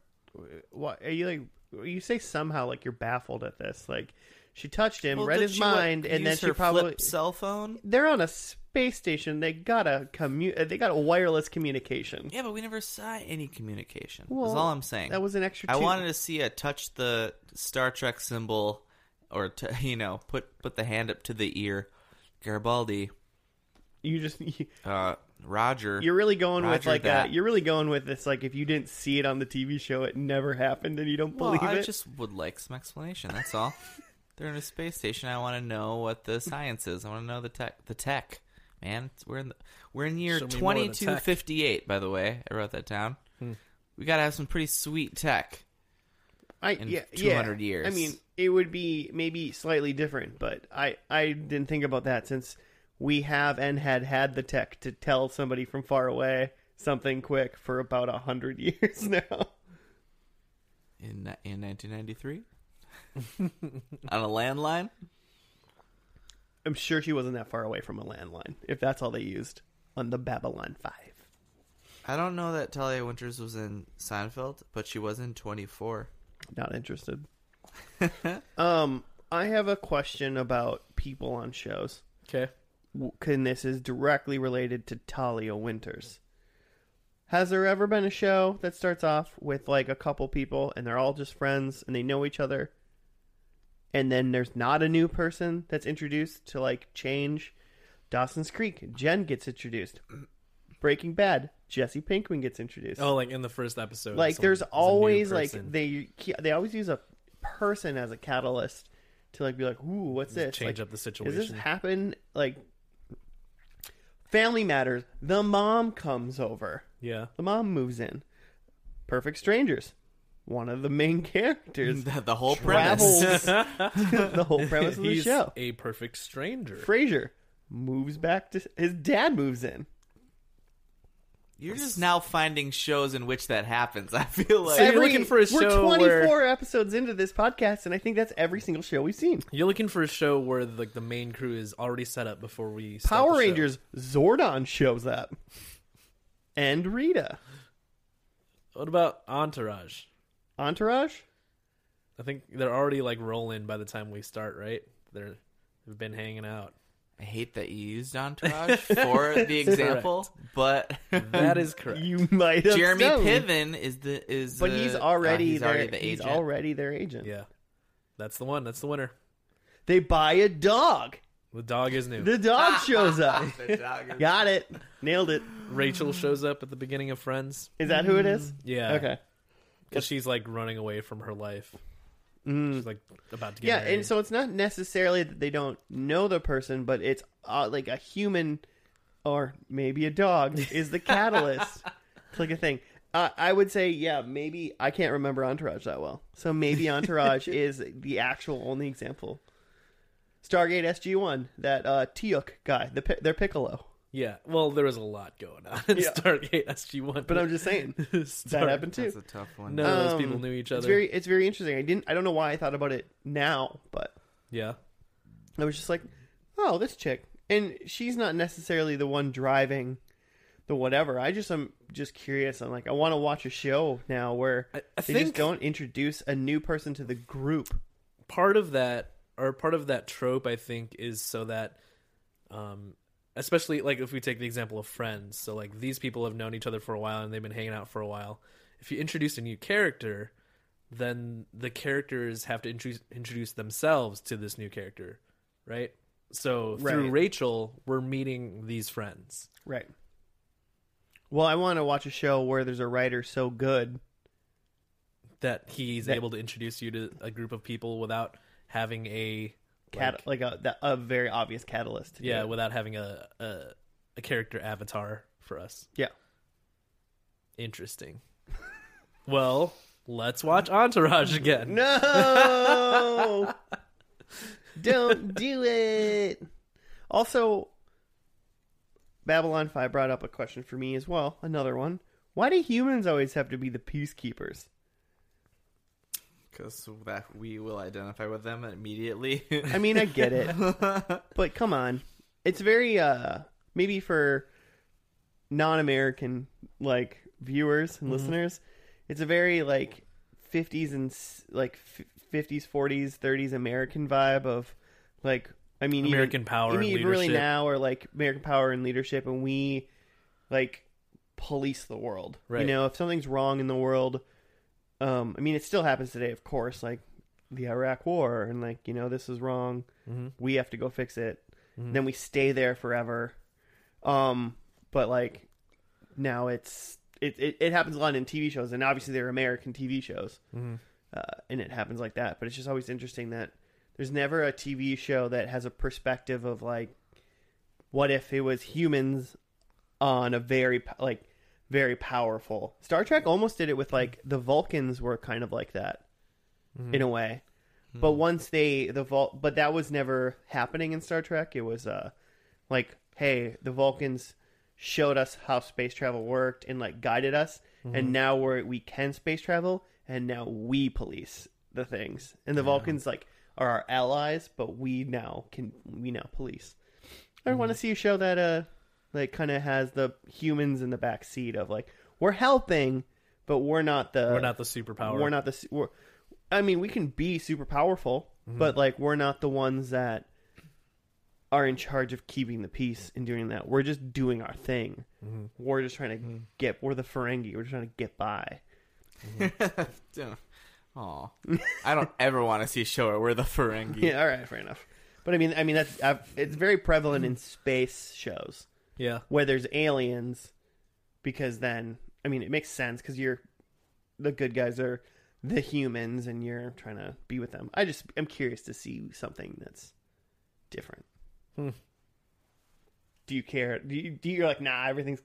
S1: What are you like? You say somehow like you're baffled at this. Like she touched him,
S3: Well,
S1: read
S3: did
S1: his
S3: she, what,
S1: mind, and then
S3: use
S1: she
S3: her
S1: probably
S3: flip cell phone.
S1: they're on a space station. They got a commu- They got a wireless communication.
S3: Yeah, but we never saw any communication.
S1: Well,
S3: That's all I'm saying.
S1: That was an extra.
S3: I
S1: two.
S3: wanted to see a touch the Star Trek symbol, or t- you know, put put the hand up to the ear. Garibaldi,
S1: You just you,
S3: uh, Roger.
S1: you're really going with
S3: Roger
S1: like a,
S3: that.
S1: you're really going with this like if you didn't see it on the TV show, it never happened, and you don't
S3: well,
S1: believe
S3: I
S1: it.
S3: just would like some explanation. That's all. They're in a space station. I want to know what the science is. I want to know the tech. The tech, man. It's- We're in the, we're in year
S2: Show me more of the
S3: twenty
S2: tech. Hmm.
S3: two fifty eight. By the way, I wrote that down. We gotta have some pretty sweet tech.
S1: I,
S3: in
S1: yeah,
S3: 200
S1: yeah.
S3: years.
S1: I mean, it would be maybe slightly different, but I I didn't think about that since we have and had had the tech to tell somebody from far away something quick for about a hundred years now.
S3: in in 1993 on a landline.
S1: I'm sure she wasn't that far away from a landline if that's all they used on the Babylon Five.
S3: I don't know that Talia Winters was in Seinfeld, but she was in 24.
S1: Not interested. um, I have a question about people on shows.
S2: Okay.
S1: W- And this is directly related to Talia Winters. Has there ever been a show that starts off with like a couple people and they're all just friends and they know each other? And then there's not a new person that's introduced to like change. Dawson's Creek, Jen gets introduced. Breaking Bad, Jesse Pinkman gets introduced
S2: Oh, like in the first episode.
S1: like
S2: someone-
S1: there's
S2: a new
S1: always like
S2: person.
S1: they they always use a person as a catalyst to like be like ooh what's this
S2: change
S1: like,
S2: up the
S1: does this
S2: situation.
S1: happen like family matters the mom comes over
S2: yeah.
S1: the mom moves in perfect strangers one of the main characters
S3: The, the whole
S1: travels
S3: premise.
S1: the whole premise of the
S2: He's
S1: show
S2: a perfect stranger.
S1: frasier moves back to his dad moves in
S3: You're just now finding shows in which that happens. I feel like
S2: So you're looking for a
S1: we're
S2: show where-
S1: 24 episodes into this podcast and i think that's every single show we've seen
S2: You're looking for a show where like the main crew is already set up before we start
S1: Power
S2: the show.
S1: Rangers Zordon shows up. And Rita.
S2: What about Entourage?
S1: Entourage?
S2: I think they're already like rolling by the time we start, right? They're they've been hanging out.
S3: I hate that you used Entourage for the example, but
S2: That is correct.
S1: You might have
S3: Jeremy
S1: known.
S3: Piven is the is
S1: But
S3: the-
S1: he's
S3: uh,
S1: already
S3: he's
S1: their
S3: already the
S1: he's
S3: agent.
S1: already their agent.
S2: yeah, that's the one. That's the winner.
S1: They buy a dog.
S2: The dog is new.
S1: The dog shows up.
S3: The dog is-
S1: Got it. Nailed it.
S2: Rachel shows up at the beginning of Friends.
S1: Is that who it is?
S2: Yeah,
S1: Okay.
S2: because she's like running away from her life. She's like about to
S1: Mm.
S2: get
S1: Yeah,
S2: married.
S1: and so it's not necessarily that they don't know the person, but it's uh, like a human or maybe a dog is the catalyst to like a thing. Uh, I would say, yeah, maybe I can't remember Entourage that well, so maybe Entourage is the actual only example. Stargate SG One, that uh, Teal'c guy, the pi- their Piccolo.
S2: yeah, well, there was a lot going on in
S1: Yeah.
S2: Stargate SG One,
S1: But I'm just saying that happened too.
S3: That's a tough one.
S2: None of those
S1: Um,
S2: people knew each
S1: It's
S2: other.
S1: very, it's very interesting. I didn't, I don't know why I thought about it now, but
S2: Yeah,
S1: I was just like, oh, this chick. And she's not necessarily the one driving the whatever. I just am just curious. I'm like, I want to watch a show now where
S2: I- I
S1: they just
S2: think-
S1: don't introduce a new person to the group.
S2: part of that or part of that trope i think is so that um especially like if we take the example of friends so like these people have known each other for a while and they've been hanging out for a while if you introduce a new character then the characters have to introduce introduce themselves to this new character right So through
S1: Right.
S2: Rachel, we're meeting these friends.
S1: Right. Well, I want to watch a show where there's a writer so good.
S2: That he's
S1: That-
S2: able to introduce you to a group of people without having a
S1: Cat-
S2: like-
S1: like, a that, a very obvious catalyst. To do
S2: yeah,
S1: it.
S2: without having a, a a character avatar for us.
S1: Yeah.
S2: Interesting. well, let's watch Entourage again.
S1: No. Don't do it. Also, Babylon 5 brought up a question for me as well. Another one. Why do humans always have to be the peacekeepers?
S3: because that we will identify with them immediately.
S1: I mean, I get it, but come on. It's very uh maybe for non-American like viewers and listeners, it's a very like 50s and s- like f- 50s, 40s, 30s American vibe of like I mean even-
S2: American power
S1: I mean,
S2: and
S1: even really
S2: leadership.
S1: now are like American power and leadership, and we like police the world. You
S2: Right.
S1: know, if something's wrong in the world, um, I mean, it still happens today, of course, like the Iraq War, and like you know, this is wrong.
S2: Mhm.
S1: We have to go fix it.
S2: Mm-hmm.
S1: Then we stay there forever. Um, but like now, it's it, it it happens a lot in TV shows, and obviously they're American TV shows,
S2: Mhm.
S1: uh, and it happens like that. But it's just always interesting that there's never a TV show that has a perspective of like, what if it was humans on a very p- like very powerful Star Trek almost did it with like the Vulcans were kind of like that
S2: Mm-hmm.
S1: in a way, but once they the Vul- but that was never happening in Star Trek. It was uh like hey the Vulcans showed us how space travel worked and like guided us,
S2: Mm-hmm.
S1: and now we're we can space travel and now we police the things and the Vulcans like are our allies, but we now can we now police. I want to
S2: Mm-hmm.
S1: see a show that uh like kind of has the humans in the back seat of like we're helping, but we're not the
S2: We're not the superpower.
S1: we're not the su- we're, I mean we can be super powerful, but like we're not the ones that are in charge of keeping the peace and doing that. We're just doing our thing. We're just trying to get. We're the Ferengi. We're just trying to get by.
S3: Aw. I don't ever want to see a show where we're the Ferengi.
S1: Yeah, all right, fair enough. But I mean, I mean that's I've, it's very prevalent in space shows.
S2: Yeah.
S1: where there's aliens because then I mean it makes sense because you're the good guys are the humans and you're trying to be with them. I just I'm curious to see something that's different.
S2: Hmm.
S1: Do you care? Do you, do you- you're like nah? Everything's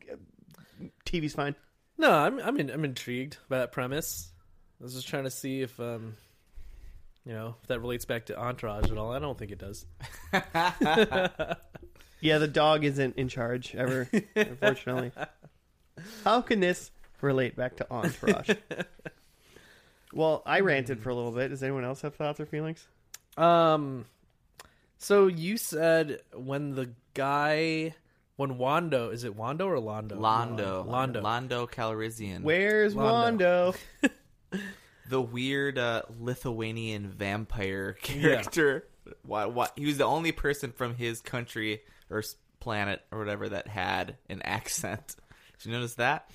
S1: TV's fine.
S2: No, I'm I'm in, I'm intrigued by that premise. I was just trying to see if um you know, if that relates back to Entourage at all. I don't think it does.
S1: Yeah, the dog isn't in charge ever. unfortunately, how can this relate back to Entourage? well, I ranted for a little bit. Does anyone else have thoughts or feelings?
S2: Um so you said when the guy when Wando is it Wando or Londo?
S3: Londo.
S2: Londo.
S3: Londo Calrissian.
S1: Where's
S2: Londo.
S1: Wando?
S3: the weird uh, Lithuanian vampire character. Why, why, he was the only person from his country or s- planet or whatever that had an accent. Did you notice that?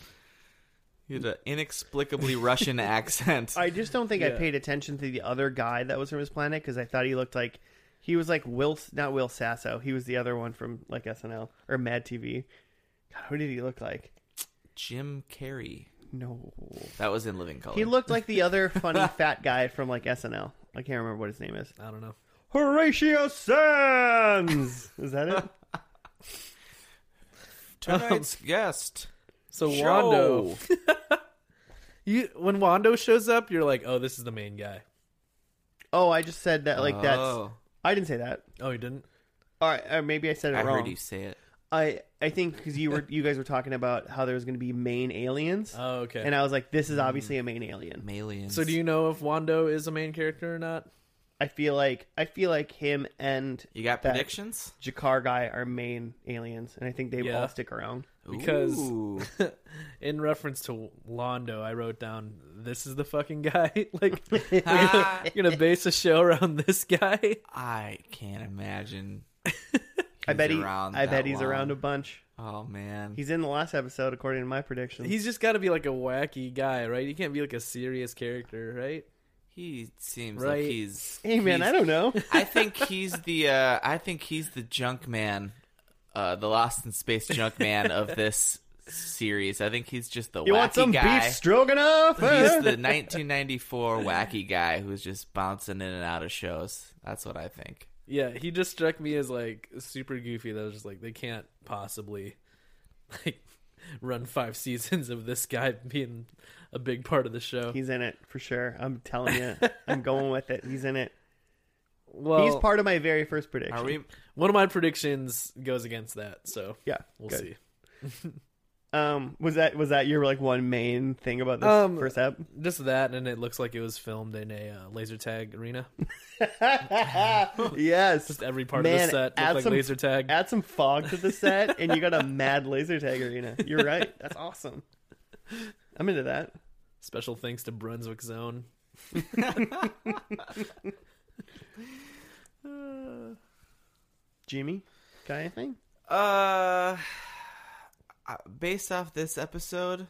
S3: He had an inexplicably Russian accent.
S1: I just don't think I
S2: Yeah.
S1: paid attention to the other guy that was from his planet because I thought he looked like he was like Will, not Will Sasso. He was the other one from like SNL or Mad TV. God, who did he look like?
S3: Jim Carrey.
S1: No,
S3: That was in Living Color.
S1: he looked like the other funny fat guy from like SNL. I can't remember what his name is.
S2: I don't know.
S1: Horatio Sands. Is that it?
S3: Tonight's guest.
S2: So
S3: Show.
S2: Wando you when Wando shows up, you're like, "Oh, this is the main guy."
S1: Oh, I just said that. Like that's.
S3: Oh,
S1: I didn't say that.
S2: Oh, he didn't.
S1: All right, or maybe I said it
S3: I
S1: wrong.
S3: heard you say it.
S1: I I think because you were you guys were talking about how there was going to be main aliens.
S2: Oh, okay.
S1: And I was like, this is obviously a main alien.
S3: Malians.
S2: so do you know if Wando is a main character or not?
S1: I feel like I feel like him and
S3: You got
S1: that
S3: predictions?
S1: Jakar guy are main aliens, and I think they
S2: Yeah.
S1: all stick around.
S2: Because-
S3: Ooh.
S2: in reference to Londo, I wrote down, "This is the fucking guy." like, you're
S3: Ah.
S2: gonna, you're gonna base a show around this guy.
S3: I can't imagine.
S1: I bet he,
S3: around
S1: I bet
S3: that
S1: he's
S3: long.
S1: around a bunch.
S3: Oh man,
S1: He's in the last episode, according to my predictions.
S2: He's just got to be like a wacky guy, right? He can't be like a serious character, right?
S3: He seems
S2: Right.
S3: like he's.
S1: Hey man,
S3: he's-
S1: I don't know.
S3: I think he's the. Uh, I think he's the junk man, uh, the Lost in Space junk man of this series. I think he's just the
S1: You
S3: wacky
S1: want some
S3: guy.
S1: beef stroganoff?
S3: He's
S1: huh?
S3: the 1994 wacky guy who's just bouncing in and out of shows. That's what I think.
S2: Yeah, he just struck me as like super goofy. That I was just like they can't possibly like run five seasons of this guy being a big part of the show.
S1: He's in it for sure. I'm telling you. I'm going with it. He's in it.
S2: well,
S1: He's part of my very first prediction.
S3: Are we?
S2: one of my predictions goes against that, so
S1: Yeah,
S2: we'll
S1: good.
S2: see.
S1: Um, was that was that your like one main thing about this
S2: Um,
S1: first app?
S2: Just that, and it looks like it was filmed in a uh, laser tag arena.
S1: yes.
S2: Just every part of
S1: Man,
S2: the set
S1: add
S2: looked like
S1: some-
S2: laser tag.
S1: Add some fog to the set, and you got a mad laser tag arena. You're right. That's awesome. I'm into that.
S2: Special thanks to Brunswick Zone.
S1: Jimmy, got anything?
S3: Uh, uh, based off this episode,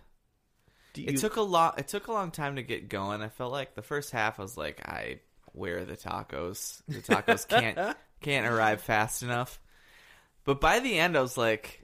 S1: Do
S3: it took a lot. It took a long time to get going. I felt like the first half I was like, I where are the tacos? The tacos can't can't arrive fast enough. But by the end, I was like,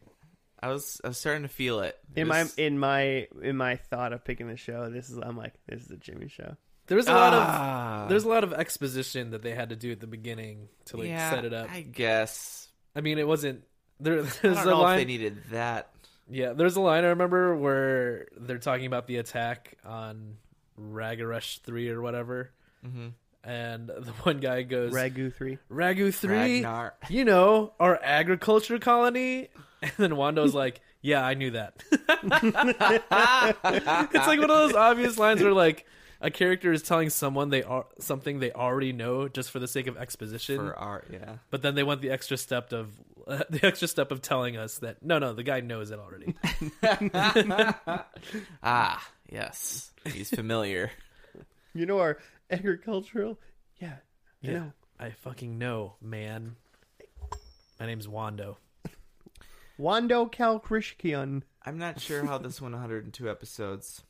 S3: I was I was starting to feel it. It
S1: in my
S3: was-
S1: in my in my thought of picking the show. This is I'm like this is a Jimmy show.
S2: There was a lot of
S3: Ah.
S2: there's a lot of exposition that they had to do at the beginning to like
S3: yeah,
S2: set it up.
S3: I guess.
S2: I mean, it wasn't there.
S3: I
S2: There's
S3: don't
S2: a
S3: know if
S2: line.
S3: they needed that.
S2: yeah, there's a line I remember where they're talking about the attack on Ragarush three or whatever,
S3: Mhm.
S2: and the one guy goes
S1: Ragu three.
S2: Ragu three.
S3: Ragnar.
S2: You know our agriculture colony, and then Wando's like, "Yeah, I knew that." it's like one of those obvious lines where like a character is telling someone they are something they already know just for the sake of exposition.
S3: for art. Yeah,
S2: but then they went the extra step of the extra step of telling us that no no the guy knows it already
S3: Ah, yes. He's familiar.
S1: You know our agricultural. Yeah, you
S2: Yeah.
S1: know.
S2: i fucking know man my name's wando
S1: Wando Kalkrishkian.
S3: I'm not sure how this won 102 episodes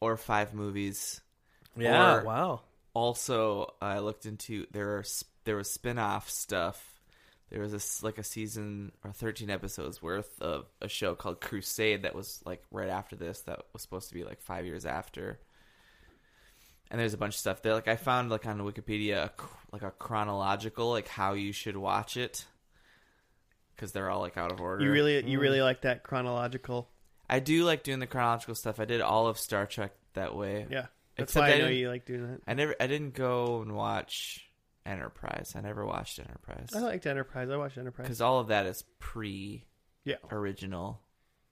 S3: or five movies.
S2: yeah
S3: Or-
S2: wow
S3: Also, I looked into there are s- there was spin-off stuff. There was a s like a season or 13 episodes worth of a show called Crusade that was like right after this that was supposed to be like 5 years after. And there's a bunch of stuff there like I found like on Wikipedia a, cr- like a chronological like how you should watch it cuz they're all like out of order.
S1: You really you
S3: Mm.
S1: really like that chronological.
S3: I do like doing the chronological stuff. I did all of Star Trek that way.
S1: Yeah, that's
S3: Except
S1: why I know
S3: I didn't-
S1: you like doing that.
S3: I never I didn't go and watch Enterprise. I never watched Enterprise.
S1: I liked Enterprise. I watched Enterprise.
S3: Cuz all of that is pre
S1: Yeah.
S3: original.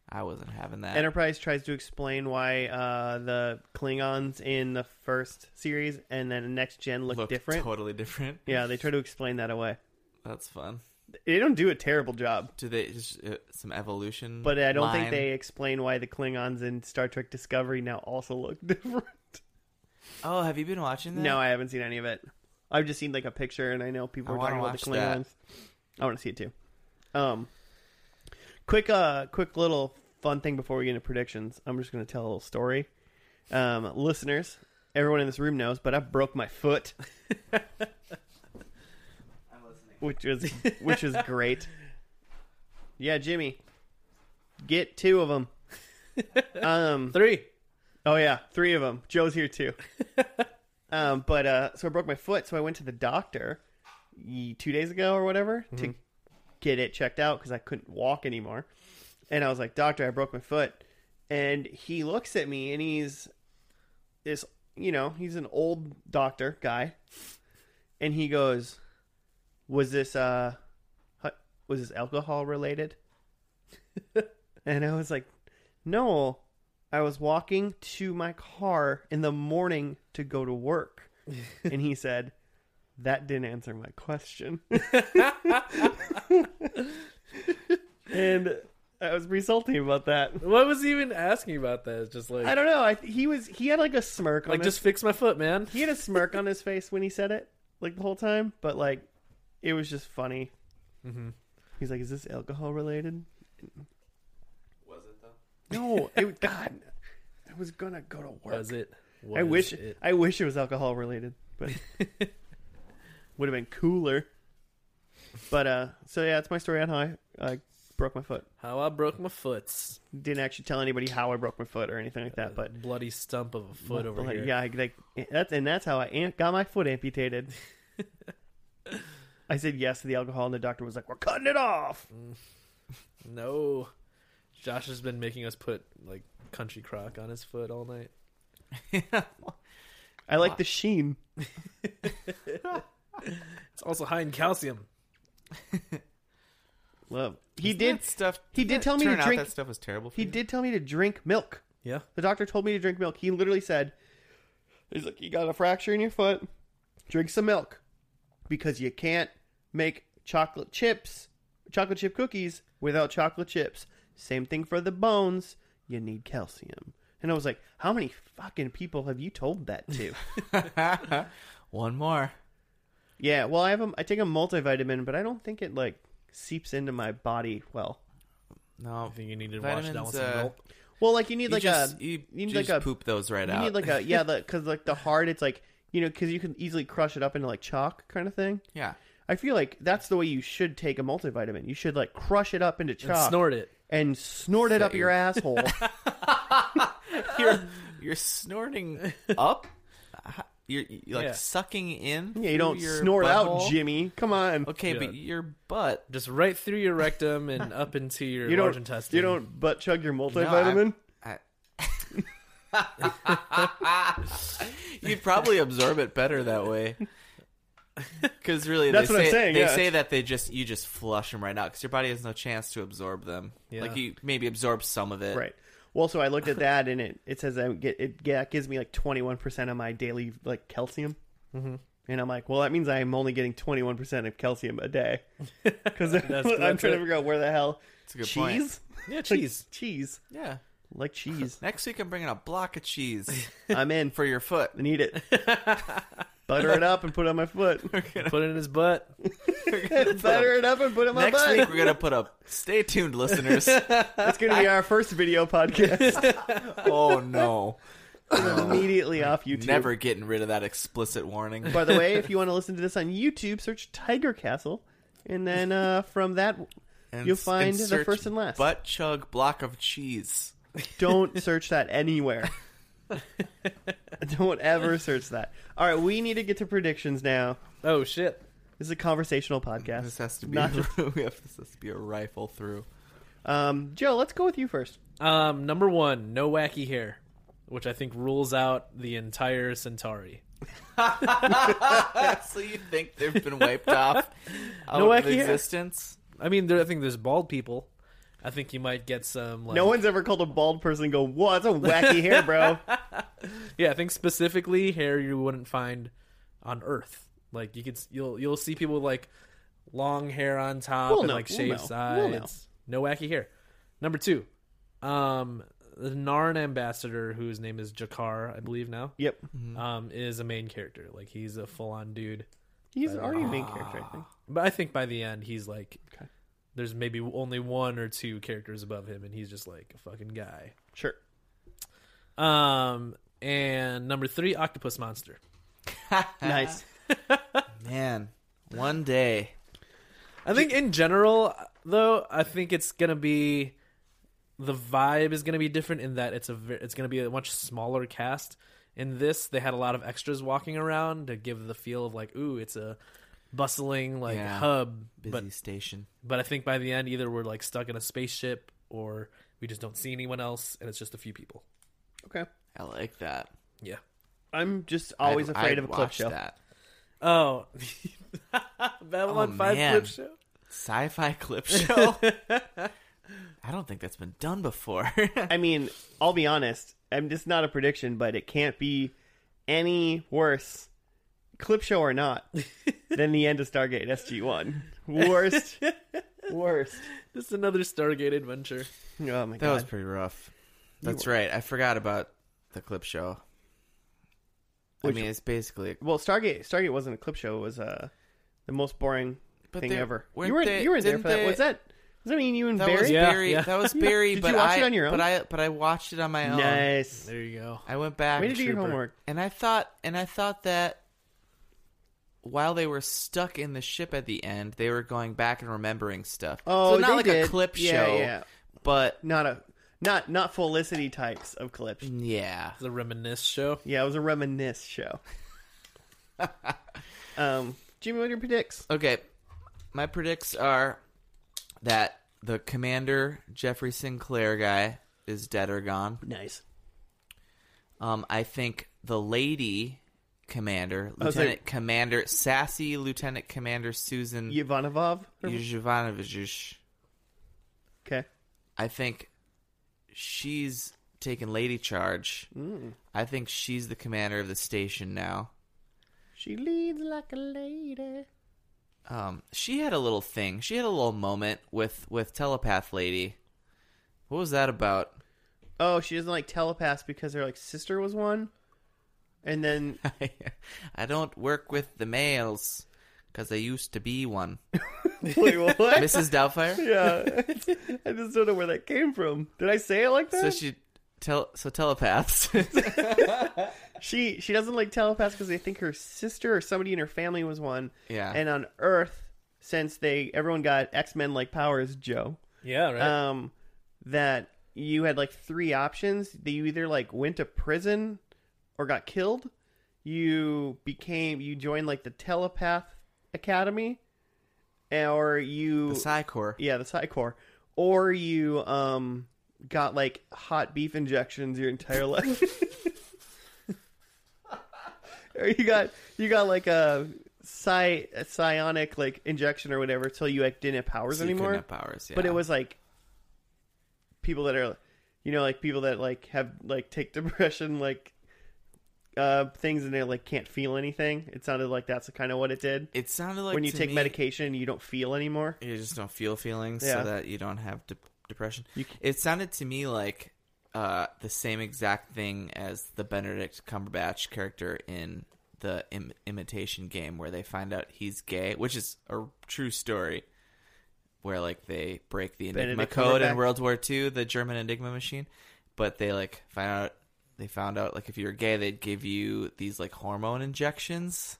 S3: I wasn't having that.
S1: Enterprise tries to explain why uh, the Klingons in the first series and then the next gen look
S3: Looked
S1: different.
S3: Totally different.
S1: yeah, they try to explain that away.
S3: That's fun.
S1: They don't do a terrible job,
S3: Do they just uh, some evolution?
S1: but I don't think
S3: line?
S1: they explain why the Klingons in Star Trek Discovery now also look different.
S3: Oh, have you been watching that?
S1: No, I haven't seen any of it. I've just seen like a picture, and I know people
S3: I
S1: were
S3: wanna
S1: talking about the
S3: watch that.
S1: Klingons. I want to see it too. Um, quick, uh, quick little fun thing before we get into predictions. I'm just going to tell a little story. Um, listeners, everyone in this room knows, but I broke my foot,
S3: I'm listening.
S1: which was which was great. Yeah, Jimmy, get two of them. Um,
S2: three
S1: Oh yeah, three of them. Joe's here too. um, but uh, so I broke my foot, so I went to the doctor ye- two days ago or whatever to get it checked out because I couldn't walk anymore. And I was like, "Doctor, I broke my foot," and he looks at me and he's this, you know, he's an old doctor guy, and he goes, "Was this uh, hu- was this alcohol related?" and I was like, "No." I was walking to my car in the morning to go to work. and he said, That didn't answer my question. and I was resulting about that.
S2: what was he even asking about that it's just like
S1: I don't know. I, he was he had like a smirk on
S2: like
S1: his,
S2: just fix my foot man
S1: he had a smirk on his face when he said it, like the whole time, but like it was just funny.
S2: Mhm.
S1: He's like, Is this alcohol related?
S3: Was it though?
S1: No, it, God, I was gonna go to work.
S2: was it
S1: I
S2: was
S1: wish
S2: it.
S1: I wish it was alcohol related, but would have been cooler. But uh, so yeah, it's my story on how I, I broke my foot.
S2: how I broke my foots.
S1: Didn't actually tell anybody how I broke my foot or anything like that. But
S2: bloody stump of a Uh, foot over
S1: like,
S2: here.
S1: yeah, I- like that's and that's how I am- got my foot amputated. I said yes to the alcohol, and the doctor was like, "We're cutting it off."
S2: No. Josh has been making us put like country crock on his foot all night.
S1: I like the sheen.
S2: It's also high in calcium.
S1: Love. He
S3: Isn't
S1: did.
S3: that stuff.
S1: he did tell me to
S3: turn out
S1: drink-
S3: That stuff was terrible. For
S1: He
S3: you?
S1: did tell me to drink milk.
S2: Yeah.
S1: The doctor told me to drink milk. He literally said, "He's like, you got a fracture in your foot. Drink some milk, because you can't make chocolate chips, chocolate chip cookies without chocolate chips. Same thing for the bones. You need calcium." And I was like, "How many fucking people have you told that to?"
S3: One more.
S1: yeah. Well, I have a, I take a multivitamin, but I don't think it like seeps into my body well.
S2: I
S3: No,
S2: think you need to wash
S3: vitamins.
S2: down with some
S3: uh,
S2: milk.
S1: Well, like you need
S3: you
S1: like
S3: just,
S1: a
S3: you,
S1: need
S3: just
S1: like a-
S3: poop those right
S1: You
S3: out.
S1: need like a yeah, because like the hard, it's like you know, because you can easily crush it up into like chalk kind of thing.
S3: yeah.
S1: I feel like that's the way you should take a multivitamin. You should like crush it up into
S2: And
S1: chalk and snort,
S2: snort it.
S1: it up
S3: That
S1: your
S3: you-
S1: asshole.
S3: you're you're snorting up. You're, you're like
S2: Yeah.
S3: sucking in.
S1: yeah, you
S3: through
S1: don't
S3: your
S1: snort
S3: butthole.
S1: out, Jimmy. Come on,
S3: Okay,
S2: Yeah.
S3: but your butt.
S2: Just right through your rectum and up into your
S1: you
S2: large
S1: don't.
S2: intestine.
S1: You don't butt chug your
S3: No,
S1: multivitamin.
S3: I- You'd probably absorb it better that way. Because really,
S1: That's
S3: they
S1: what I'm
S3: say,
S1: saying,
S3: They
S1: yeah.
S3: say that they just you just flush them right out because your body has no chance to absorb them.
S2: Yeah.
S3: Like you maybe absorb some of it.
S1: right. Well, so I looked at that and it it says I get it yeah, gives me like twenty one percent of my daily like calcium.
S2: Mhm.
S1: And I'm like, well, that means I'm only getting 21% of calcium a day. Because I'm
S2: That's-
S1: trying
S2: that's
S1: to
S2: it.
S1: figure out where the hell
S3: It's a good
S1: cheese,
S3: point.
S2: Yeah, cheese.
S1: Like cheese,
S3: Yeah.
S1: like cheese.
S3: Next week, I'm bringing a block of cheese
S1: I'm in.
S3: for your foot.
S1: I need it. Butter it up and put it on my foot.
S2: Put it in his butt.
S1: Butter it up and put it on my
S3: Next
S1: butt.
S3: week, we're gonna put a. Stay tuned, listeners.
S1: It's going to be our first video podcast.
S3: oh no.
S1: immediately off YouTube.
S3: Never getting rid of that explicit warning.
S1: By the way, if you want to listen to this on YouTube, search Tiger Castle. And then uh, from that,
S3: And
S1: you'll
S3: s-
S1: find
S3: and
S1: the
S3: search
S1: first and last.
S3: Butt chug block of cheese.
S1: don't search that anywhere. don't ever search that. All right, we need to get to predictions now.
S2: Oh shit.
S1: This is a conversational podcast.
S3: This has to be.
S1: Not
S3: we have- this has to be a rifle through.
S1: Um, Joe, let's go with you first.
S2: Um, number one, no wacky hair, which I think rules out the entire Centauri.
S3: so you think they've been wiped off out
S2: No
S3: of
S2: wacky hair.
S3: existence?
S2: I mean, there, I think there's bald people. I think you might get some. Like,
S1: No one's ever called a bald person and go, whoa, that's a wacky hair, bro.
S2: Yeah, I think specifically hair you wouldn't find on Earth. Like you could, s- you'll you'll see people with like long hair on top
S1: We'll
S2: and
S1: know.
S2: like
S1: We'll
S2: shaved
S1: know.
S2: sides.
S1: We'll know.
S2: No wacky hair. Number two, um, the Narn ambassador, whose name is Jakar, I believe now,
S1: Yep.
S2: um, is a main character. Like he's a full on dude.
S1: He's already a main character, I think.
S2: But I think by the end he's like,
S1: Okay.
S2: there's maybe only one or two characters above him, and he's just like a fucking guy.
S1: Sure.
S2: Um, and number three, octopus monster.
S1: Nice.
S3: Man, one day.
S2: I think in general, though, I think it's gonna be the vibe is gonna be different in that it's a ve- it's gonna be a much smaller cast. In this, they had a lot of extras walking around to give the feel of like, ooh, it's a bustling like
S3: Yeah.
S2: hub.
S3: Busy
S2: But
S3: station.
S2: but I think by the end, either we're like stuck in a spaceship or we just don't see anyone else, and it's just a few people.
S1: Okay.
S3: I like that.
S2: Yeah.
S1: I'm just always
S3: I'd-
S1: afraid
S3: I'd
S1: of a clip
S3: watch
S1: show.
S3: That.
S2: Oh, Babylon
S3: Oh,
S2: Five
S3: man.
S2: clip show.
S3: Sci-fi clip show. I don't think that's been done before.
S1: I mean, I'll be honest. I'm just not a prediction, but it can't be any worse, clip show or not, than the end of Stargate SG-1. Worst. worst.
S2: Just another Stargate adventure.
S1: Oh, my
S3: That was
S1: God.
S3: pretty rough. That's right. I forgot about the clip show. I
S1: Which-
S3: mean, it's basically.
S1: Well, Stargate Stargate wasn't a clip show. It was uh, the most boring
S3: But
S1: thing
S3: they-
S1: ever.
S3: weren't
S1: You were,
S3: they-
S1: you were there
S3: didn't
S1: for that.
S3: they-
S1: Was that Does that mean you and
S3: That was
S1: Barry?
S2: Yeah,
S3: Barry.
S2: yeah.
S3: That was Barry.
S1: Did
S3: but
S1: you watch
S3: I,
S1: it on your own?
S3: But I but I watched it on my own.
S1: Nice.
S2: There you go.
S3: I went back
S1: Way to do your
S2: Trooper.
S1: homework.
S3: and I thought and I thought that while they were stuck in the ship at the end, they were going back and remembering stuff.
S1: Oh,
S3: so not
S1: they
S3: like a
S1: did.
S3: clip
S1: Yeah,
S3: show,
S1: yeah.
S3: but
S1: Not a not not Felicity types of clips.
S3: yeah.
S2: The reminisce show.
S1: Yeah, it was a reminisce show. um, Jimmy, what are your predicts?
S3: Okay, my predicts are that the commander Jeffrey Sinclair guy is dead or gone.
S1: Nice.
S3: Um, I think the lady commander,
S1: I was like-
S3: Lieutenant Commander, sassy Lieutenant Commander Susan
S1: Ivanov.
S3: Yuzhvanovich.
S1: Okay.
S3: I think she's taken lady charge.
S1: Mm.
S3: I think she's the commander of the station now.
S1: She leads like a lady.
S3: Um, she had a little thing. She had a little moment with with telepath lady. What was that about?
S1: Oh, she doesn't like telepaths because her like sister was one, and then
S3: I don't work with the males because I used to be one.
S1: wait, what?
S3: Mrs. Doubtfire.
S1: yeah, I just don't know where that came from. Did I say it like that?
S3: So she tell so telepaths.
S1: she she doesn't like telepaths because they think her sister or somebody in her family was one.
S3: Yeah.
S1: And on Earth, since they everyone got X Men like powers, Joe,
S2: Yeah, right.
S3: Uh,
S1: um, that you had like three options. That you either like went to prison or got killed. You became you joined like the telepath academy, eh, or you
S3: the Psycor.
S1: yeah the Psycor, or you um got like hot beef injections your entire life. or you got you got like a psi a psionic like injection or whatever till you like didn't have powers
S3: So you couldn't
S1: anymore
S3: have powers,
S1: but
S3: yeah.
S1: it was like people that are you know like people that like have like take depression like uh things and they like can't feel anything it sounded like that's kind of what it did
S3: It sounded like
S1: when you
S3: to
S1: take
S3: me,
S1: medication you don't feel anymore
S3: you just don't feel feelings
S1: Yeah.
S3: so that you don't have de- depression
S1: You c-
S3: it sounded to me like uh, the same exact thing as the benedict cumberbatch character in the Im- imitation game where they find out he's gay which is a true story where like they break the enigma
S1: Benedict
S3: code
S1: Cumberbatch.
S3: in world war ii the german enigma machine but they like find out they found out like if you were gay they'd give you these like hormone injections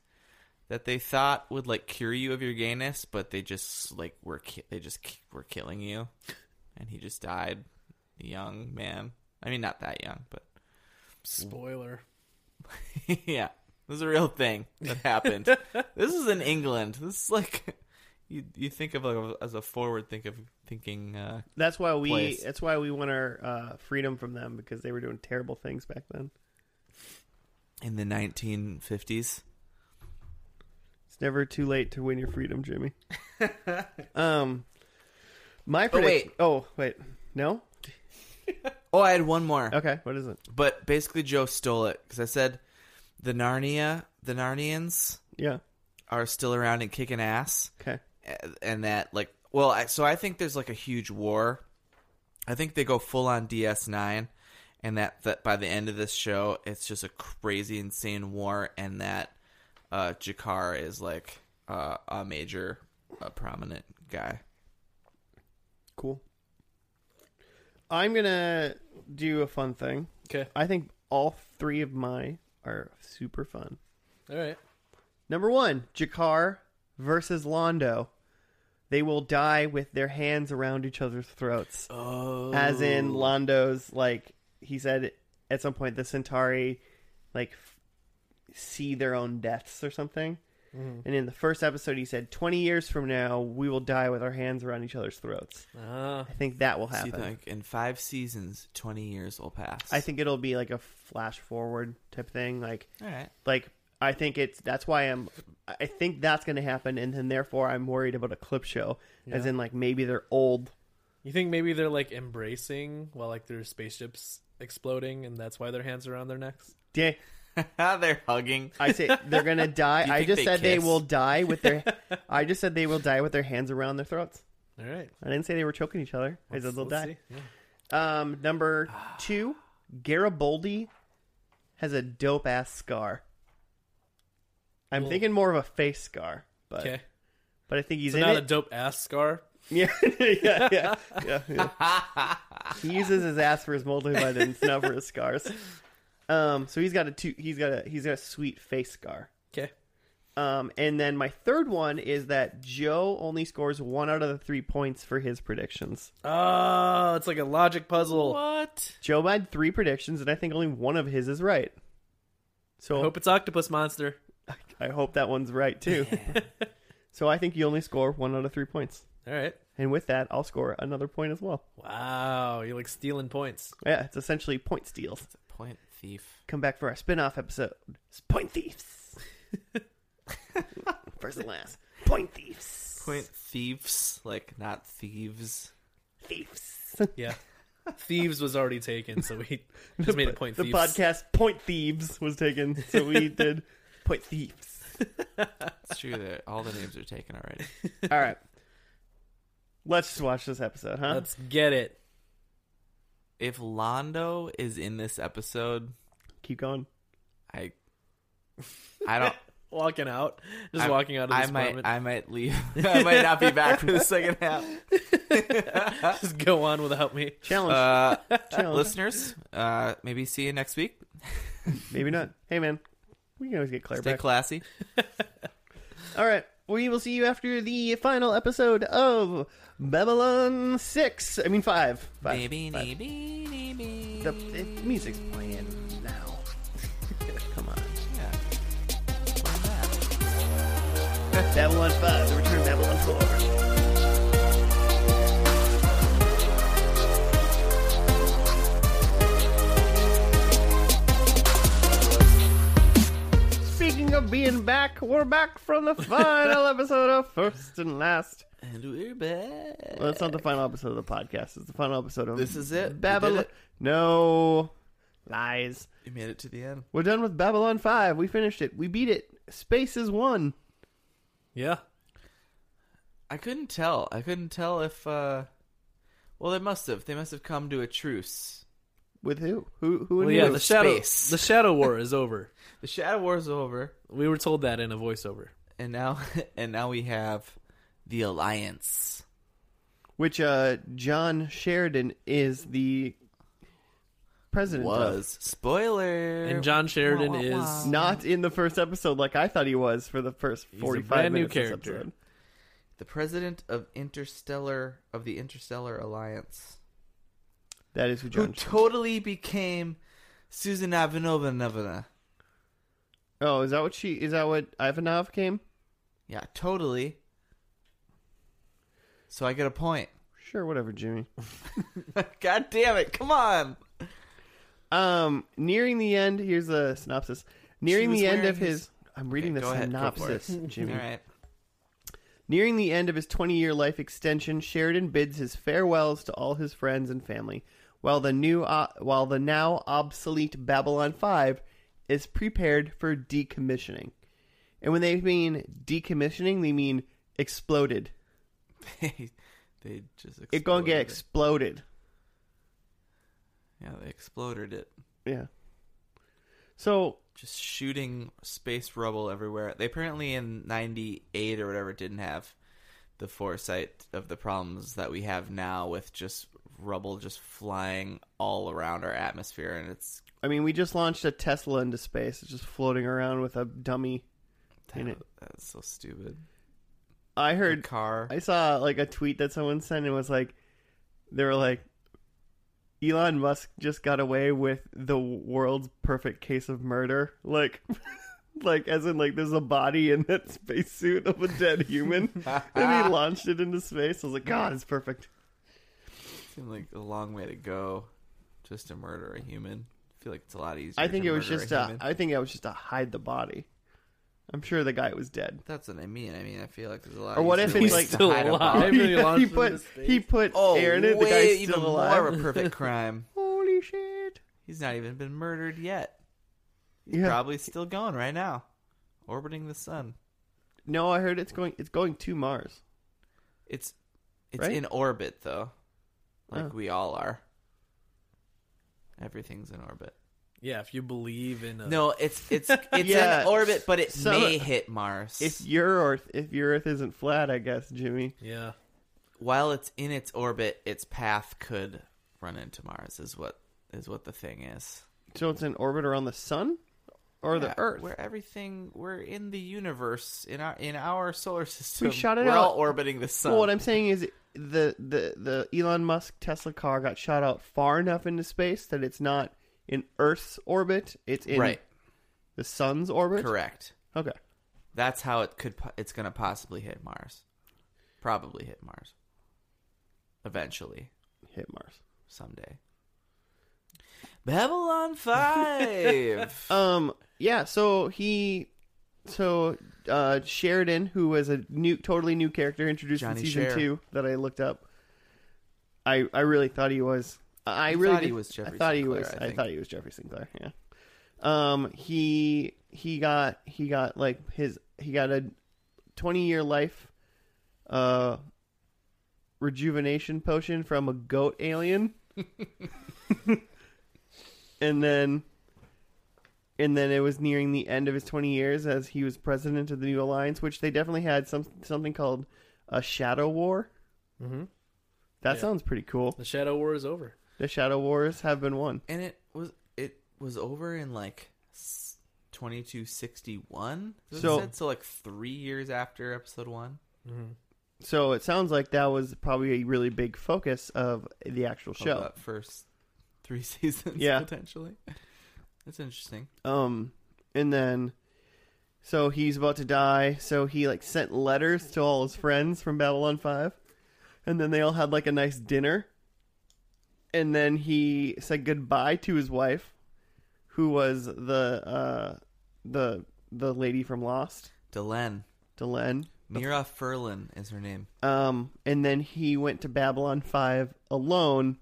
S3: that they thought would like cure you of your gayness, but they just like were ki- they just ki- were killing you, and he just died, a young man. I mean, not that young, but
S2: Spoiler.
S3: yeah, this is a real thing that happened. this is in England. This is like you you think of like, as a forward think of thinking. Uh,
S1: that's why we
S3: Place.
S1: that's why we want our uh freedom from them because they were doing terrible things back then
S3: in the 1950s,
S1: it's never too late to win your freedom jimmy um my
S3: Oh,
S1: predict-
S3: wait.
S1: oh wait no
S3: oh, I had one more.
S1: okay what is it
S3: But basically, Joe stole it because I said the Narnia, the Narnians
S1: yeah
S3: are still around and kicking ass.
S1: okay
S3: and that like well I, so i think there's like a huge war i think they go full on ds9 and that, that by the end of this show it's just a crazy insane war and that uh jakar is like uh, a major a prominent guy
S1: Cool. I'm gonna do a fun thing.
S2: Okay.
S1: I think all three of my are super fun.
S2: All right.
S1: Number one, Jakar versus Londo. They will die with their hands around each other's throats.
S2: Oh.
S1: As in Londo's, like he said at some point, the Centauri, like f- see their own deaths or something. And in the first episode, he said, "20 years from now, we will die with our hands around each other's throats."
S2: Ah.
S1: I think that will
S3: so you
S1: happen.
S3: think in five seasons 20 years will pass
S1: I think it'll be like a flash forward type thing. Like,
S3: all right
S1: like I think it's that's why I'm. I think that's going to happen, and then therefore I'm worried about a clip show, as
S2: Yeah.
S1: in like maybe they're old.
S2: You think maybe they're like embracing while like their spaceships exploding, and that's why their hands are on their necks.
S1: Yeah,
S3: Ah, they're hugging
S1: I say they're going to die.
S3: Do you
S1: I
S3: think
S1: just
S3: they
S1: said they
S3: kiss?
S1: will die with their. I just said they will die with their hands around their throats.
S2: All right.
S1: I didn't say they were choking each other. I said they'll
S2: Let's
S1: die.
S2: see. Ah. Yeah.
S1: Um, number two, Garibaldi has a dope ass scar. I'm
S2: Cool.
S1: thinking more of a face scar, but
S2: Okay.
S1: but I think he's
S2: So
S1: in
S2: not
S1: it.
S2: a dope ass scar,
S1: Yeah, yeah, yeah, yeah, yeah. he uses his ass for his molding button and snout for his scars. Um, so he's got a two. He's got a he's got a sweet face scar.
S2: Okay.
S1: Um, and then my third one is that Joe only scores one out of the three points for his predictions.
S2: Oh, it's like a logic puzzle.
S3: What?
S1: Joe had three predictions, and I think only one of his is right. So
S2: I hope it's octopus monster.
S1: I hope that one's right too. so I think you only score one out of three points.
S2: All right.
S1: And with that, I'll score another point as well.
S2: Wow, you're like stealing points.
S1: Yeah, it's essentially point steals.
S3: It's a point thief.
S1: Come back for our spin off episode It's Point Thieves. First and last. Point Thieves.
S3: Point thieves, like not thieves.
S1: Thieves.
S2: Yeah. Thieves was already taken, so we just made a point.
S1: the
S2: thieves.
S1: podcast Point Thieves was taken, so we did Point Thieves.
S3: It's true that all the names are taken already.
S1: All right. Let's just watch this episode, huh?
S2: Let's get it.
S3: If Londo is in this episode,
S1: Keep going.
S3: I, I don't.
S2: Walking out, just
S3: I-
S2: walking out of
S3: I
S2: this
S3: might.
S2: apartment.
S3: I might leave. I might not be back for the second half.
S2: just go on without me.
S1: Challenge.
S3: Uh,
S1: challenge.
S3: listeners, uh, maybe see you next week.
S1: Maybe not. Hey, man. We can always get Claire
S3: Stay
S1: back.
S3: classy.
S1: All right. We will see you after the final episode of Babylon 6. I mean, 5. 5.
S3: Maybe,
S1: Five.
S3: maybe, maybe.
S1: The, the music's playing now. Come on.
S3: Yeah. Why not?
S1: Babylon 5, The Return of Babylon 4. Speaking of being back, we're back from the final episode of First and Last.
S3: And we're back.
S1: Well, that's not the final episode of the podcast. It's the final episode of
S3: This is it. We did
S1: Babylon.
S3: it.
S1: No lies.
S3: You made it to the end.
S1: We're done with Babylon Five. We finished it. We beat it. Space is one.
S2: Yeah.
S3: I couldn't tell. I couldn't tell if. uh Well, they must have. They must have come to a truce.
S1: With who? Who? Who?
S2: Well,
S1: knew?
S2: yeah. The shadow.
S3: space.
S2: The shadow war is over.
S3: The Shadow War is over,
S2: We were told that in a voiceover.
S3: and now and now we have the Alliance.
S1: Which uh, John Sheridan is the president. Of.
S3: Was spoiler.
S2: And John Sheridan
S3: Wah, wah,
S2: is
S3: wah.
S1: Not in the first episode, like I thought he was for the first
S2: a
S1: forty-five
S2: brand new
S1: minutes. of this
S2: character.
S1: episode.
S3: the president of Interstellar of the Interstellar Alliance,
S1: That is who
S3: who
S1: John.
S3: totally became Susan Ivanovna.
S1: oh, is that what she? Is that what Ivanov came?
S3: Yeah, totally. So I get a point.
S1: Sure, whatever, Jimmy.
S3: God damn it! Come on.
S1: Um, nearing the end, here's a synopsis. Nearing
S3: was
S1: the end
S3: wearing
S1: of his,
S3: his-
S1: I'm reading
S3: Okay, go
S1: the
S3: ahead, go for it.
S1: synopsis, Jimmy.
S3: All right.
S1: Nearing the end of his 20 year life extension, Sheridan bids his farewells to all his friends and family, while the new, uh, while the now obsolete Babylon 5 is prepared for decommissioning. And when they mean decommissioning, they mean exploded.
S3: they, they just exploded.
S1: It gonna get
S3: it.
S1: exploded.
S3: yeah they exploded it
S1: Yeah. So
S3: just shooting space rubble everywhere they apparently in 98 or whatever didn't have the foresight of the problems that we have now with just rubble just flying all around our atmosphere and it's
S1: I mean, we just launched a Tesla into space. It's just floating around with a dummy. In it.
S3: that's so stupid
S1: I heard
S3: A car
S1: I saw like a tweet that someone sent and was like, they were like, Elon Musk just got away with the world's perfect case of murder. Like, like as in like there's a body in that spacesuit of a dead human, and he launched it into space. I was like, God, it's perfect.
S3: seemed like a long way to go just to murder a human I feel like it's a lot easier
S1: I think
S3: to
S1: it was
S3: murder
S1: just
S3: a
S1: a,
S3: human.
S1: I think it was just to hide the body. I'm sure the guy was dead.
S3: that's what I mean. I mean, I feel like there's a lot.
S1: Or what
S3: easier
S1: if he's,
S3: ways
S1: like,
S3: to
S2: still
S3: hide a
S2: alive?
S3: body.
S2: Uh, I really launched
S1: he
S2: it
S1: put
S2: into space.
S1: he put
S3: Oh,
S1: air in it. The
S3: way
S1: guy's
S3: even
S1: still
S3: more of
S1: alive.
S3: a perfect crime.
S1: Holy shit!
S3: He's not even been murdered yet. He's
S1: Yeah.
S3: probably still going right now, orbiting the sun.
S1: No, I heard it's going it's going to Mars.
S3: It's it's
S1: Right?
S3: in orbit though, like
S1: Oh.
S3: we all are. Everything's in orbit.
S2: yeah. If you believe in a,
S3: No, it's it's it's
S1: Yeah.
S3: in orbit, but it
S1: Some-
S3: may hit Mars.
S1: If your Earth, if your Earth isn't flat, I guess, Jimmy.
S2: yeah,
S3: while it's in its orbit, its path could run into Mars. Is what is what the thing is.
S1: So it's an orbit around the sun or
S3: Yeah,
S1: the Earth.
S3: Where everything we're in the universe in our in our solar system.
S1: shot it
S3: we're
S1: out.
S3: all orbiting the sun.
S1: Well, what I'm saying is the the the Elon Musk Tesla car got shot out far enough into space that it's not in Earth's orbit. It's in
S3: right.
S1: the sun's orbit.
S3: Correct.
S1: Okay.
S3: That's how it could. po- It's going to possibly hit Mars. Probably hit Mars. Eventually,
S1: Hit Mars.
S3: someday. Babylon Five.
S1: Um. Yeah. So he, so uh, Sheridan, who was a new, totally new character introduced
S3: Johnny
S1: in season
S3: Sher.
S1: two that I looked up. I I really thought he was. I
S3: You
S1: really
S3: thought he
S1: did-
S3: was Jeffrey
S1: I thought
S3: Sinclair,
S1: he was.
S3: I
S1: I,
S3: think.
S1: thought he was Jeffrey Sinclair. Yeah. Um. He he got he got like his he got a twenty year life, uh, rejuvenation potion from a goat alien. and then and then it was nearing the end of his 20 years as he was president of the new alliance which they definitely had some something called a shadow war
S2: Mhm.
S1: that
S2: Yeah.
S1: sounds pretty cool
S2: The Shadow War is over.
S1: the shadow wars have been won
S3: and it was it was over in like twenty two sixty one.
S1: So-
S3: So so like three years after episode one.
S1: so it sounds like that was probably a really big focus of the actual
S3: of
S1: show
S3: that first three seasons.
S1: Yeah.
S3: potentially. That's interesting.
S1: um and then so he's about to die so he like sent letters to all his friends from babylon 5 and then they all had like a nice dinner and then he said goodbye to his wife who was the uh the the lady from lost
S3: Delenn
S1: delenn
S3: Mira Furlan is her name.
S1: um and then he went to babylon 5 alone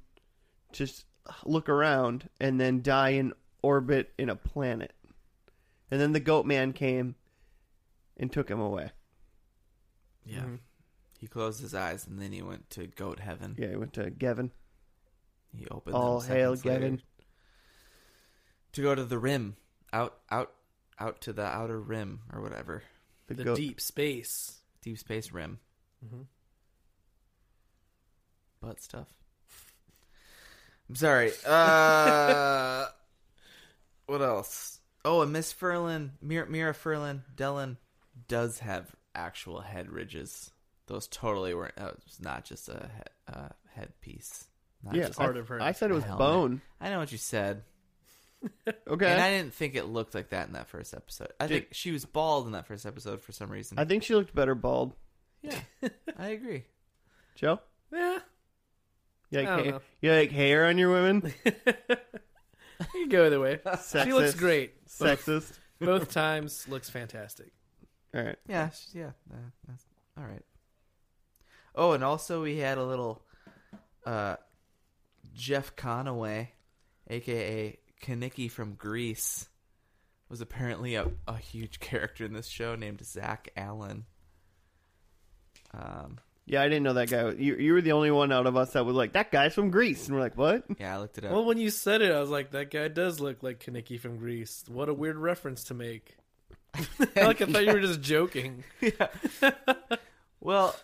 S1: just look around and then die in orbit in a planet and then the goat man came and took him away
S3: Yeah.
S2: Mhm.
S3: He closed his eyes and then he went to goat heaven.
S1: yeah he went to gevin
S3: He opened
S1: All
S3: them
S1: hail
S3: seconds later
S1: Gavin.
S3: to go to the rim, out, out, out to the outer rim or whatever,
S1: the,
S2: The
S1: goat
S2: deep space.
S3: deep space rim,
S2: Mhm.
S3: butt stuff. I'm sorry. Uh, what else? Oh, and Miss Furlan, Mira, Mira Furlan, Dellen does have actual head ridges. Those totally were. Uh, it's not just a he- uh, headpiece. Not
S1: yeah
S3: just
S2: part of her
S1: I, I said it was
S3: helmet.
S1: bone
S3: I know what you said.
S1: okay
S3: And I didn't think it looked like that in that first episode. I
S1: Did-
S3: think she was bald in that first episode for some reason.
S1: I think she looked better bald.
S3: yeah, I agree.
S1: Joe,
S2: Yeah.
S1: you
S2: I
S1: like,
S2: don't
S1: hair,
S2: know.
S1: you like hair on your women?
S2: You can go either way.
S1: Sexist.
S2: She looks great.
S1: Sexist.
S2: Both times looks fantastic.
S1: All right.
S3: Yeah, sh- yeah. uh, that's all right. Oh, and also we had a little uh, Jeff Conaway, aka Kaniki from Greece, was apparently a, a huge character in this show named Zach Allen. Um,
S1: Yeah, I didn't know that guy. was- You, you were the only one out of us that was like, that guy's from Greece. And we're like, what?
S3: yeah, I looked it up.
S2: Well, when you said it, I was like, that guy does look like Kaneki from Greece. What a weird reference to make. like, I thought you were just joking.
S3: well,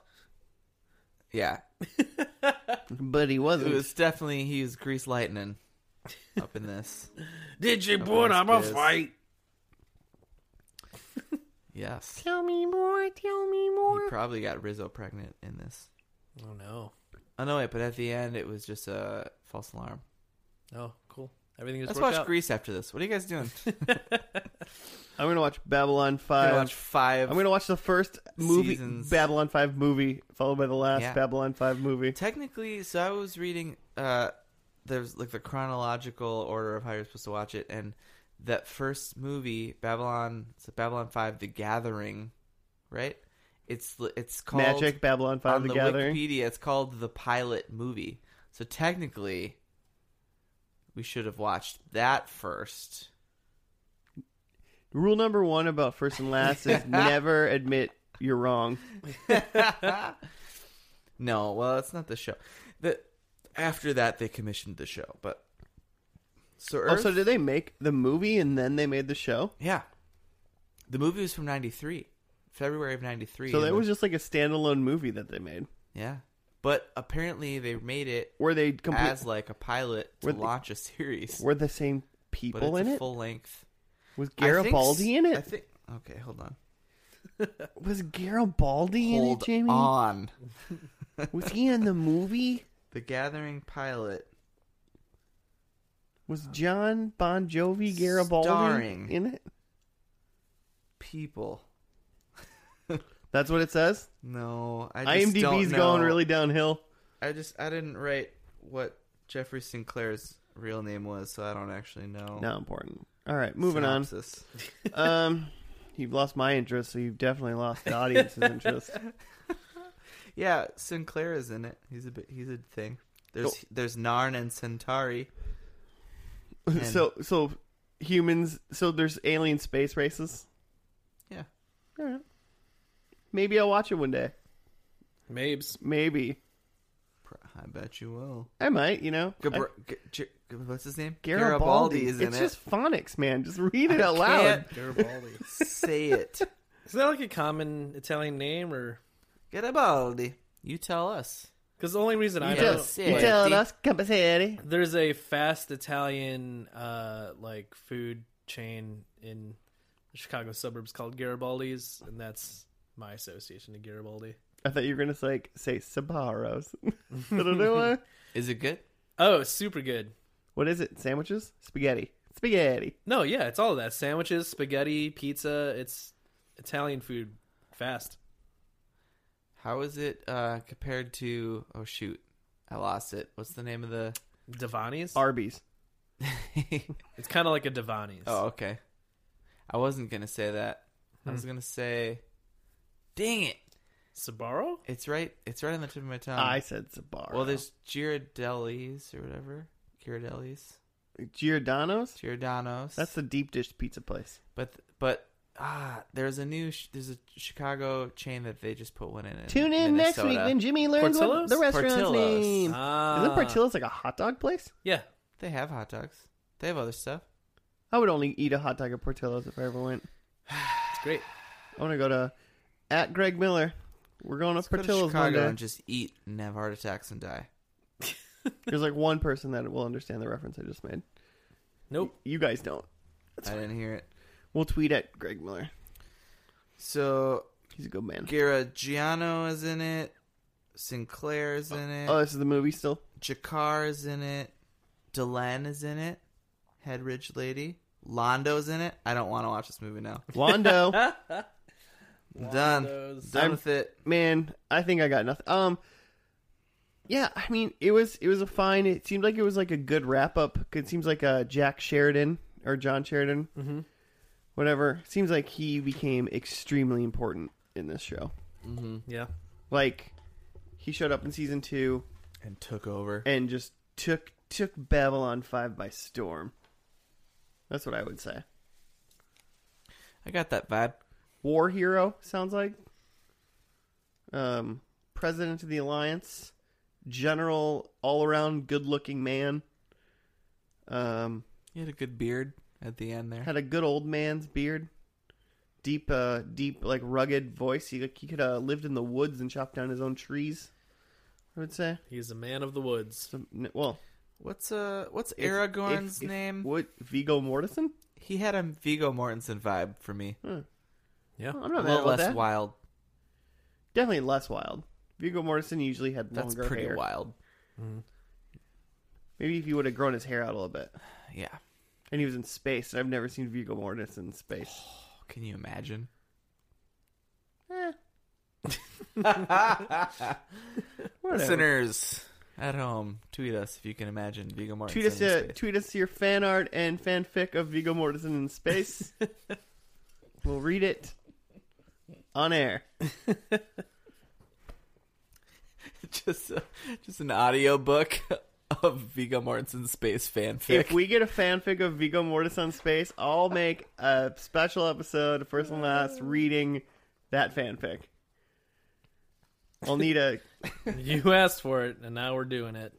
S3: yeah,
S1: But he wasn't.
S3: it was definitely he was Grease Lightning up in this.
S2: Did you
S3: born on my fight? Yes,
S1: Tell me more. Tell me
S3: he
S1: more.
S3: probably got Rizzo pregnant in this.
S2: Oh, no.
S3: Oh no, wait! But at the end, it was just a false alarm.
S2: Oh, cool. Everything just
S3: Let's
S2: worked
S3: watch
S2: out.
S3: Grease after this. What are you guys doing?
S1: I'm going to watch Babylon 5.
S3: I'm gonna watch five.
S1: Uh, I'm going to watch the first movie,
S3: Seasons.
S1: Babylon 5 movie, followed by the last
S3: Yeah.
S1: Babylon 5 movie.
S3: Technically, so I was reading. Uh, there's like the chronological order of how you're supposed to watch it, and that first movie, Babylon, it's Babylon Five: The Gathering, right? It's it's called
S1: Magic, Babylon 5,
S3: on
S1: The,
S3: the
S1: Gathering.
S3: Wikipedia. It's called the pilot movie. So technically, we should have watched that first.
S1: Rule number one about first and last is never admit you're wrong.
S3: no, well, it's not the show. The after that they commissioned the show, but so Earth,
S1: Also, Oh, did they make the movie and then they made the show?
S3: yeah, the movie was from '93, February of '93.
S1: So that was just like a standalone movie that they made.
S3: yeah, But apparently they made it
S1: Were they complete?
S3: as like a pilot to
S1: Were they-
S3: launch a series.
S1: were the same
S3: But
S1: people
S3: it's
S1: in
S3: a
S1: it?
S3: full length.
S1: was
S3: I think s-
S1: Garibaldi in
S3: I
S1: it?
S3: think. Okay, hold on.
S1: Was Garibaldi in
S3: Hold
S1: it, Jamie?
S3: on.
S1: Was he in the movie?
S3: The Gathering pilot
S1: Was John Bon Jovi Garibaldi
S3: Starring.
S1: in it?
S3: people.
S1: That's what it says.
S3: No, I just don't
S1: IMDb's
S3: know.
S1: going really downhill.
S3: I just I didn't write what Jeffrey Sinclair's real name was, so I don't actually know.
S1: Not important. All right, moving
S3: Synopsis.
S1: on. Um, you've lost my interest, so you've definitely lost the audience's interest.
S3: Yeah, Sinclair is in it. He's a bit. He's a thing. There's
S1: Cool.
S3: there's Narn and Centauri. And-
S1: so, so humans. So there's alien space races.
S3: Yeah.
S1: All right. Maybe I'll watch it one day.
S2: Mabes.
S1: Maybe
S3: Pr- I bet you will.
S1: I might. You know, I-
S3: Gabr- G- G- G- what's his name?
S1: Garibaldi.
S3: is in
S1: it's
S3: it.
S1: just phonics, man. Just read it
S3: I
S1: out loud.
S2: Garibaldi.
S3: Say it.
S2: Is that like a common Italian name, or
S3: Garibaldi. You tell us.
S2: because the only reason I
S1: You
S3: Yeah.
S2: know
S1: tell,
S3: Yes.
S1: you
S3: Yeah.
S1: tell
S3: Dude.
S1: us, Campesari.
S2: there's a fast Italian uh like food chain in the Chicago suburbs called Garibaldi's, and that's my association to Garibaldi.
S1: I thought you were gonna like say Sabaros. I don't know why.
S3: Is it good?
S2: Oh, it's super good.
S1: What is it? Sandwiches? Spaghetti. Spaghetti.
S2: No, yeah, it's all of that: sandwiches, spaghetti, pizza. It's Italian food, fast.
S3: How is it uh, compared to? Oh shoot, I lost it. What's the name of the?
S2: Divani's.
S1: Arby's.
S2: It's kind of like a Divani's.
S3: oh okay. I wasn't gonna say that. I
S1: Hmm.
S3: was gonna say. Dang it!
S2: Sabaro.
S3: It's right. It's right on the tip of my tongue.
S1: I said Sabaro.
S3: Um, Well, there's Girardelli's or whatever. Girardelli's.
S1: Giordano's.
S3: Giordano's.
S1: That's the deep dish pizza place.
S3: but but ah, there's a new sh- there's a Chicago chain that they just put one in. in
S1: Tune in next week
S3: Minnesota.
S1: when Jimmy learns what
S2: Portillo's?
S1: the restaurant's
S3: Portillo's.
S1: name.
S2: Ah,
S1: Isn't Portillo's like a hot dog place?
S2: Yeah,
S3: They have hot dogs. They have other stuff.
S1: I would only eat a hot dog at Portillo's if I ever went.
S2: it's great.
S1: I want to go to at Greg Miller. We're going to
S3: Let's go to
S1: Portillo's one
S3: Chicago
S1: day.
S3: and just eat and have heart attacks and die.
S1: There's like one person that will understand the reference I just made.
S3: Oh.
S2: Nope.
S1: You guys don't.
S3: I didn't hear it.
S1: We'll tweet at Greg Miller.
S3: So
S1: He's a good man.
S3: Garagiano is in it. Sinclair is in it.
S1: Oh, this is the movie still.
S3: Jakar is in it. Delenn is in it. Head Ridge Lady. Londo's in it. I don't want to watch this movie now.
S1: Wando,
S3: I'm done.
S2: Londo's.
S3: Done
S1: I'm-
S3: with it.
S1: man, I think I got nothing. Um, yeah, I mean, it was it was a fine. It seemed like it was like a good wrap up. It seems like uh, Jack Sheridan or John Sheridan,
S2: Mhm.
S1: whatever. Seems like he became extremely important in this show. Mm.
S2: Yeah.
S1: Like, he showed up in season two
S3: And took over.
S1: and just took took Babylon Five by storm. That's what I would say.
S3: I got that vibe.
S1: war hero sounds like um president of the alliance general all around good looking man um
S3: You had a good beard at the end there.
S1: had a good old man's beard deep uh deep like rugged voice he like he could uh lived in the woods and chopped down his own trees i would say
S2: He's a man of the woods.
S1: so, n- well
S3: What's uh what's
S1: if-
S3: Aragorn's
S1: if- if-
S3: name?
S1: what vigo mortensen
S3: he had a Vigo Mortensen vibe for me.
S2: Yeah.
S1: i'm
S3: A
S1: not mad
S3: little
S1: about
S3: less
S1: that
S3: wild.
S1: definitely less wild vigo mortensen usually had
S3: That's
S1: longer
S3: pretty
S1: hair
S3: wild.
S1: maybe if he would have grown his hair out a little bit
S3: Yeah.
S1: And he was in space, and I've never seen Viggo Mortensen in space.
S3: Can you imagine?
S1: eh, whatever.
S3: Listeners at home, tweet us if you can imagine Vigo Mortensen.
S1: Tweet us,
S3: in
S1: uh,
S3: space.
S1: tweet us your fan art and fanfic of Viggo Mortensen in space. we'll read it on air.
S3: just uh, just an audio book of Vigo Mortensen space fanfic.
S1: If we get a fanfic of Viggo Mortensen in space, I'll make a special episode of First and Last reading that fanfic. I'll need a.
S2: you asked for it, and now we're doing it.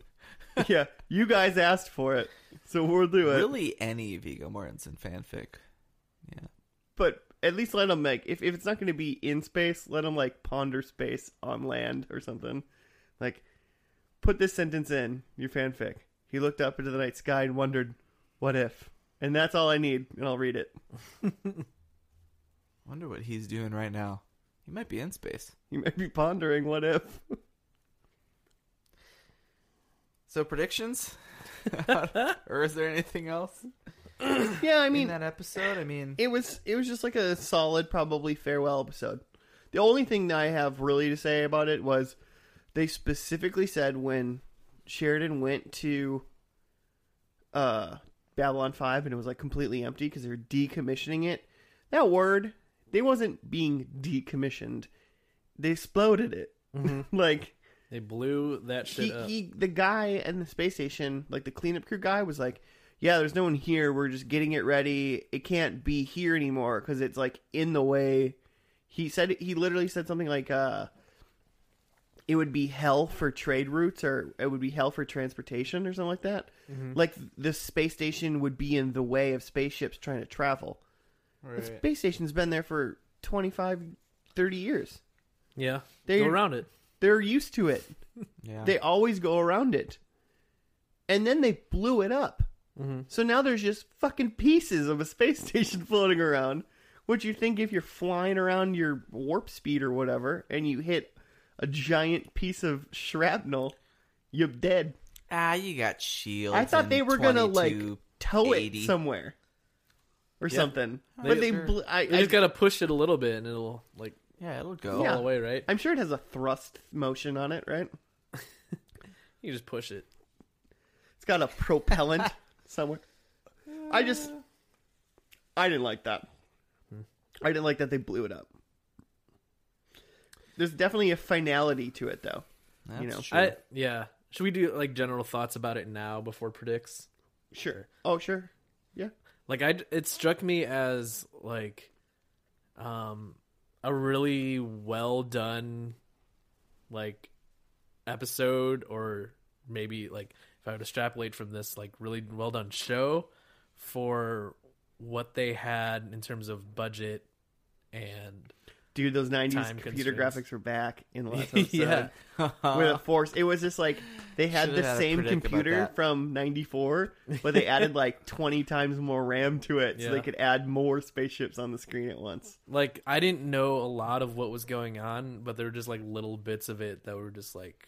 S1: Yeah, you guys asked for it, so we'll do it.
S3: really any Vigo Mortensen fanfic. Yeah.
S1: but at least let them like if, if it's not going to be in space let them like ponder space on land or something like put this sentence in your fanfic. He looked up into the night sky and wondered, "What if?" And that's all I need, and I'll read it.
S3: Wonder what he's doing right now. He might be in space.
S1: You may be pondering, "What if?"
S3: So predictions, or is there anything else?
S1: yeah, I
S3: I mean,
S1: mean,
S3: that episode. I mean,
S1: it was it was just like a solid probably farewell episode. The only thing that I have really to say about it was they specifically said when Sheridan went to uh Babylon 5 and it was like completely empty because they were decommissioning it. That word, they wasn't being decommissioned. They exploded it. like
S2: They blew that shit
S1: he,
S2: up.
S1: he the guy in the space station, like the cleanup crew guy, was like, "Yeah, there's no one here. We're just getting it ready. It can't be here anymore because it's like in the way." He said he literally said something like, "Uh, it would be hell for trade routes, or it would be hell for transportation, or something like that.
S2: Mm-hmm.
S1: Like the space station would be in the way of spaceships trying to travel. The
S2: Right.
S1: space station's been there for 25, 30 years.
S2: Yeah,
S1: They-
S2: go around it.
S1: They're used to it."
S3: yeah,
S1: They always go around it. And then they blew it up.
S3: Mm-hmm.
S2: Mhm.
S1: So now there's just fucking pieces of a space station floating around. Which you think if you're flying around your warp speed or whatever and you hit a giant piece of shrapnel, you're dead.
S3: ah, you got shields.
S1: I thought
S3: and
S1: they were going to like
S3: 22.
S1: tow
S3: 80.
S1: it somewhere or
S2: Yeah.
S1: something.
S2: They-
S1: but they
S3: Sure.
S1: blew. I,
S2: You
S1: I,
S2: just gotta push it a little bit, and it'll like
S3: yeah, it'll
S2: fall
S3: go.
S1: Yeah.
S2: away, right?
S1: I'm sure it has a thrust motion on it, right?
S2: You just push it.
S1: It's got a propellant somewhere. I just, I didn't like that. I didn't like that they blew it up. There's definitely a finality to it, though.
S3: That's
S1: You know,
S3: true.
S2: I yeah. Should we do like general thoughts about it now before predicts?
S1: Sure. Oh, sure.
S2: like i it struck me as like um a really well done like episode or maybe like if i would extrapolate from this like really well done show for what they had in terms of budget and
S1: Dude, those 90s
S2: Time
S1: computer
S2: constraints.
S1: graphics were back in the last episode.
S2: yeah
S1: With a force. It was just like they had
S3: Should've
S1: the
S3: had a
S1: same
S3: predict about
S1: computer
S3: that.
S1: from 94, but they added like 20 times more RAM to it so they
S2: Yeah.
S1: could add more spaceships on the screen at once.
S2: like i didn't know a lot of what was going on but there were just like little bits of it that were just like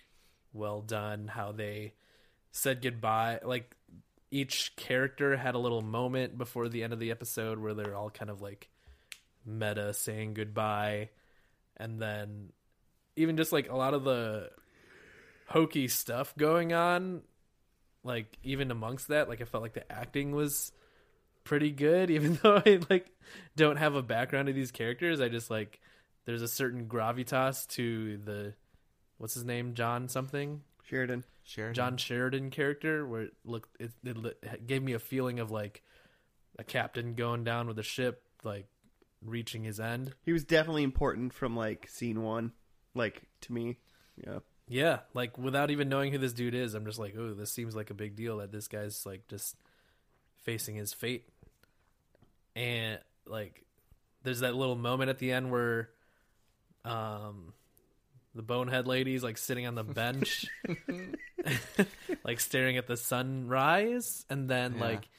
S2: well done how they said goodbye like each character had a little moment before the end of the episode where they're all kind of like meta saying goodbye and then even just like a lot of the hokey stuff going on like even amongst that like i felt like the acting was pretty good even though i like don't have a background of these characters i just like there's a certain gravitas to the what's his name john something
S1: Mm-hmm. Sheridan.
S3: Sheridan.
S2: john sheridan character where it looked it, it li- gave me a feeling of like a captain going down with a ship like reaching his end
S1: He was definitely important from like scene one, like to me. Yeah.
S2: Yeah, like without even knowing who this dude is, I'm just like, oh, this seems like a big deal that this guy's like just facing his fate. And like there's that little moment at the end where um the bonehead lady's like sitting on the bench like staring at the sunrise and then
S3: Yeah.
S2: like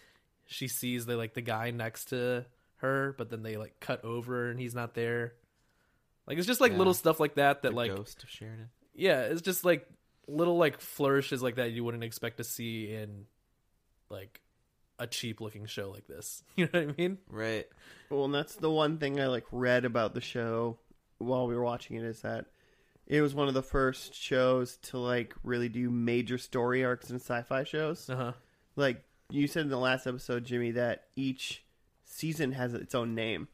S2: she sees the like the guy next to her but then they like cut over and he's not there like it's just like
S3: Yeah.
S2: little stuff like that that
S3: the
S2: like
S3: ghost of Sheridan.
S2: yeah, it's just like little like flourishes like that you wouldn't expect to see in like a cheap looking show like this. You know what I mean?
S3: Right.
S1: Well, and that's the one thing I like read about the show while we were watching it is that it was one of the first shows to like really do major story arcs in sci-fi shows.
S2: Uh huh.
S1: Like you said in the last episode, Jimmy, that each season has its own name.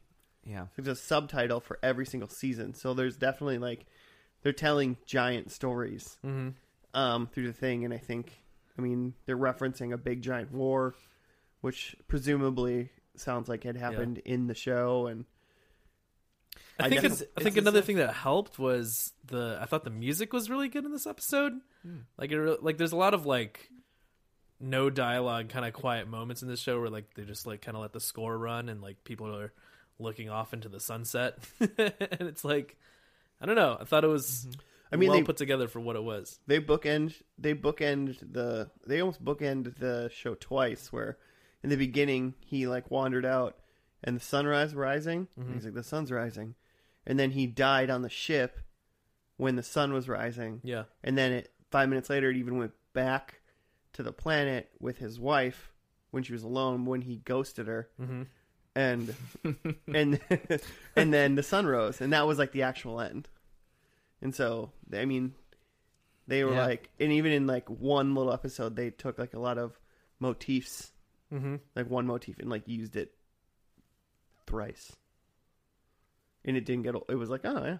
S3: Yeah.
S1: There's a subtitle for every single season, so there's definitely like they're telling giant stories
S2: hmm
S1: um, through the thing, and I think, I mean, they're referencing a big giant war, which presumably sounds like had happened in the show, and
S2: I,
S1: I
S2: think
S1: guess-
S2: it's, I think
S3: it's-
S2: another thing that helped was the I thought the music was really good in this episode.
S1: Hmm.
S2: Like it re- like there's a lot of like no dialogue kind of quiet moments in this show where like they just like kind of let the score run and like people are looking off into the sunset and it's like I don't know. I thought it was
S1: Mm-hmm. I mean,
S2: well
S1: they
S2: put together for what it was.
S1: they bookend they bookend the they almost bookend the show twice where in the beginning he like wandered out and the sunrise rising and he's like the sun's rising and then he died on the ship when the sun was rising
S2: Yeah.
S1: and then it, five minutes later it even went back to the planet with his wife when she was alone when he ghosted her
S2: Mm-hmm.
S1: and and and then the sun rose and that was like the actual end and so i mean they were
S3: Yeah.
S1: like and even in like one little episode they took like a lot of motifs
S2: Mm-hmm.
S1: like one motif and like used it thrice and it didn't get o- it was like oh yeah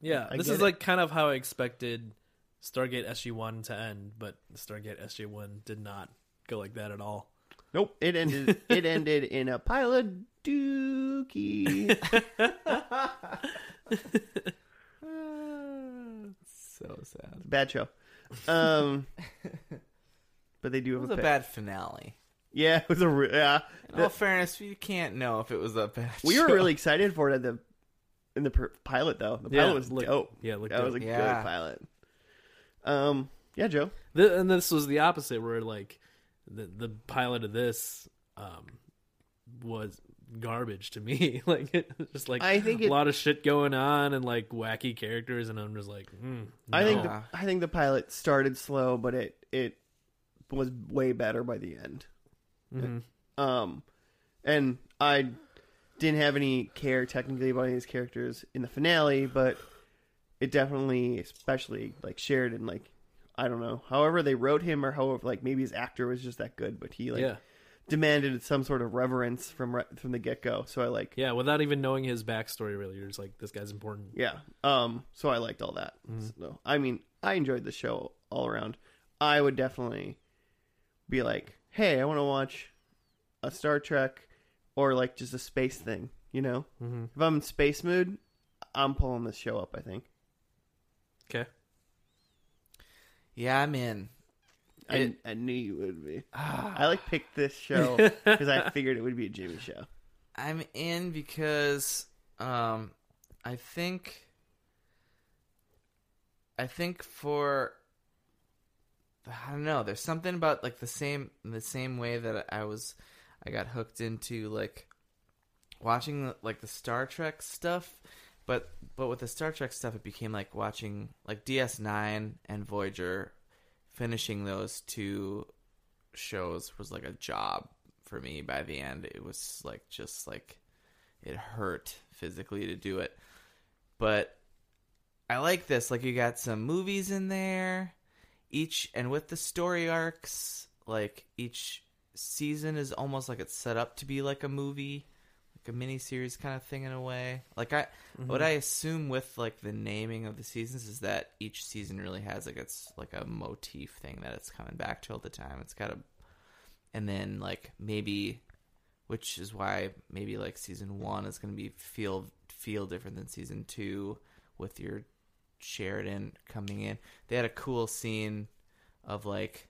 S2: Yeah,
S1: I
S2: this
S1: get
S2: is
S1: it.
S2: like kind of how I expected Stargate SG One to end, but Stargate SG One did not go like that at all.
S1: nope it ended it ended in a pile of dookie
S3: so sad.
S1: bad show um but they do
S3: It
S1: have
S3: was
S1: a,
S3: a
S1: pick.
S3: bad finale.
S1: yeah it was a re- yeah
S3: In all fairness, you can't know if it was a bad.
S1: We were
S3: show.
S1: really excited for it at the in the per- pilot though. The pilot
S2: Yeah,
S1: was
S2: look-
S1: dope.
S2: Yeah, like
S1: That was a
S3: Yeah.
S1: good pilot. Um, yeah, Joe.
S2: Th- and this was the opposite, where like the the pilot of this um, was garbage to me. like it was just like
S1: I think
S2: a
S1: it-
S2: lot of shit going on and like wacky characters, and I'm just like, mm,
S1: I think
S2: no.
S1: the, I think the pilot started slow, but it it was way better by the end.
S2: Mhm.
S1: Um, and I didn't have any care technically about any of these characters in the finale, but it definitely, especially like Sheridan, like I don't know, however they wrote him or however like maybe his actor was just that good, but he like
S2: yeah,
S1: demanded some sort of reverence from re- from the get go. So I like
S2: yeah, without even knowing his backstory, really, you're just like, this guy's important.
S1: yeah. Um so I liked all that.
S3: Mm-hmm.
S1: So I mean, I enjoyed the show all around. I would definitely be like, "Hey, I want to watch a Star Trek or like just a space thing, you know?
S2: Mm-hmm.
S1: If I'm in space mood, I'm pulling this show up, I think.
S2: Okay,
S3: Yeah, I'm in.
S1: I,
S3: It-
S1: I knew you would be.
S3: Ah.
S1: I like picked this show because I figured it would be a Jimmy show.
S3: I'm in because um I think I think for I don't know, there's something about like the same the same way that I was I got hooked into like watching the, like the Star Trek stuff, but but with the Star Trek stuff it became like watching like DS9 and Voyager finishing those two shows was like a job for me by the end it was like just like it hurt physically to do it but i like this like you got some movies in there each and with the story arcs like each season is almost like it's set up to be like a movie like a mini series kind of thing in a way like i
S1: Mm-hmm.
S3: what i assume with like the naming of the seasons is that each season really has like it's like a motif thing that it's coming back to all the time it's got a and then like maybe which is why maybe like season one is going to be feel feel different than season two with your Sheridan coming in. They had a cool scene of like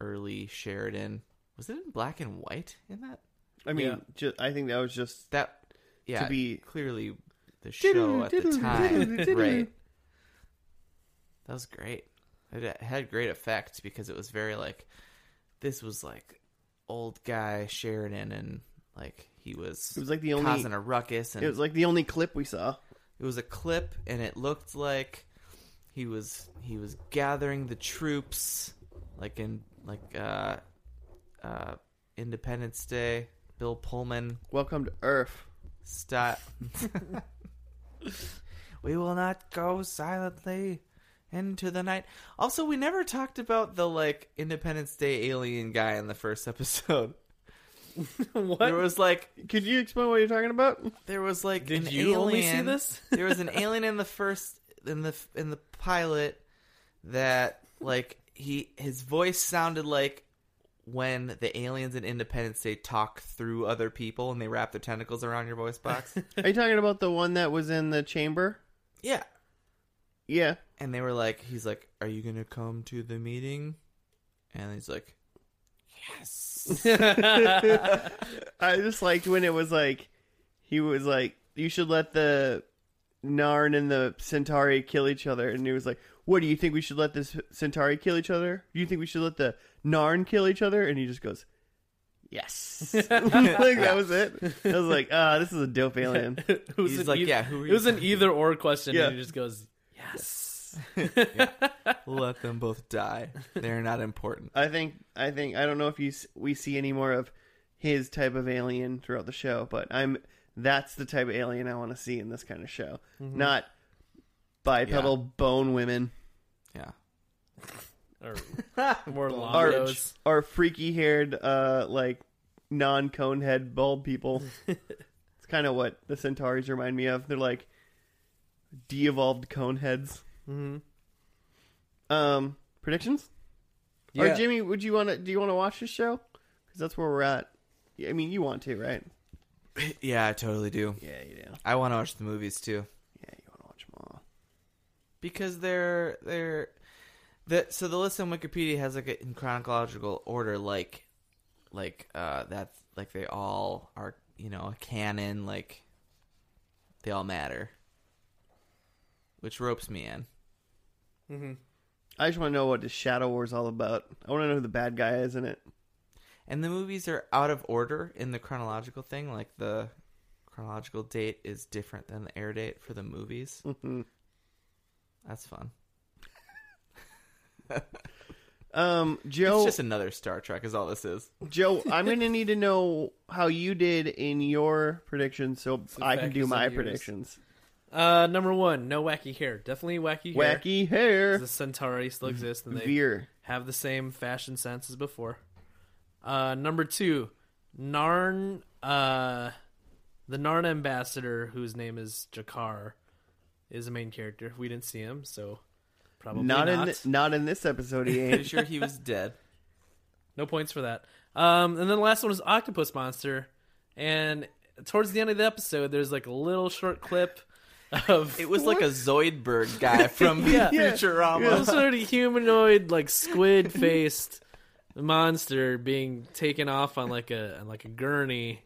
S3: early Sheridan. Was it in black and white in that?
S1: I mean,
S2: Yeah.
S1: ju- I think that was just
S3: That yeah,
S1: To be-
S3: clearly the show at the time, right? That was great. It had great effect because it was very like this was like old guy Sheridan and like he was
S1: It was like the only
S3: causing a ruckus and
S1: It was like the only clip we saw.
S3: it was a clip and it looked like he was he was gathering the troops like in like uh uh Independence Day Bill Pullman
S1: Welcome to Earth.
S3: style We will not go silently into the night. Also, we never talked about the like Independence Day alien guy in the first episode.
S2: Mm-hmm. what
S3: There was like
S1: Could you explain what you're talking about?
S3: there was like
S2: did
S3: an
S2: you only see
S3: alien-
S2: this?
S3: there was an alien in the first in the in the pilot that like he his voice sounded like when the aliens in Independence Day talk through other people and they wrap their tentacles around your voice box.
S1: Are you talking about the one that was in the chamber?
S3: yeah.
S1: Yeah.
S3: And they were like he's like, "Are you going to come to the meeting?" And he's like, "Yes."
S1: I just liked when it was like he was like, You should let the Narn and the Centauri kill each other, and he was like, "What do you think we should let this Centauri kill each other? Do you think we should let the Narn kill each other?" And he just goes, "Yes." like that was it. I was like, "Ah, this is a dope alien."
S2: it was
S3: He's
S2: an
S3: like,
S2: eith-
S3: yeah, who are
S2: It
S3: you?
S2: was an either or question,
S1: Yeah.
S2: and he just goes, "Yes."
S3: Let them both die. They're not important.
S1: I think I think I don't know if you s- we see any more of his type of alien throughout the show, but I'm that's the type of alien I want to see in this kind of show. Not bipedal bone women
S3: Yeah.
S2: or more longos.
S1: Arch. or freaky haired uh like non cone head bald people. it's kind of what the Centaurs remind me of. They're like de-evolved cone heads.
S2: Mm-hmm.
S1: Um predictions? Or
S2: Yeah.
S1: Jimmy, would you want to do you want to watch this show? Cuz that's where we're at. I mean, you want to, right?
S3: Yeah, I totally do.
S1: Yeah, you do.
S3: I want to watch the movies too.
S1: Yeah, you want to watch them all.
S3: because they're they're that so the list on Wikipedia has like a, in chronological order like like uh that's like they all are you know a canon like they all matter which ropes me in
S2: Mm-hmm.
S1: I just want to know what the Shadow War's all about. I want to know who the bad guy is in it.
S3: and the movies are out of order in the chronological thing like the chronological date is different than the air date for the movies
S1: Mhm.
S3: that's fun
S1: um,
S3: it's
S1: Joe,
S3: just another Star Trek is all this is
S1: Joe, I'm going to need to know how you did in your predictions so
S2: So
S1: I can do
S2: factors
S1: my
S2: and years.
S1: predictions.
S2: Uh, number one, no wacky hair. Definitely wacky hair.
S1: Wacky hair, Mm-hmm.
S2: The Centauri still exists, and they
S1: veer.
S2: have the same fashion sense as before. Uh, number two, Narn, uh, the Narn ambassador, whose name is Jakar, is a main character. We didn't see him, so probably
S1: Not,
S2: not.
S1: in th- not in this episode. He
S3: pretty
S1: ain't.
S3: sure he was dead
S2: No points for that. Um, and then the last one is Octopus Monster, and towards the end of the episode, there's like a little short clip of
S3: It was like a Zoidberg guy from
S2: Yeah. some
S3: Futurama.
S2: sort of humanoid, like squid faced monster being taken off on like a on like a gurney.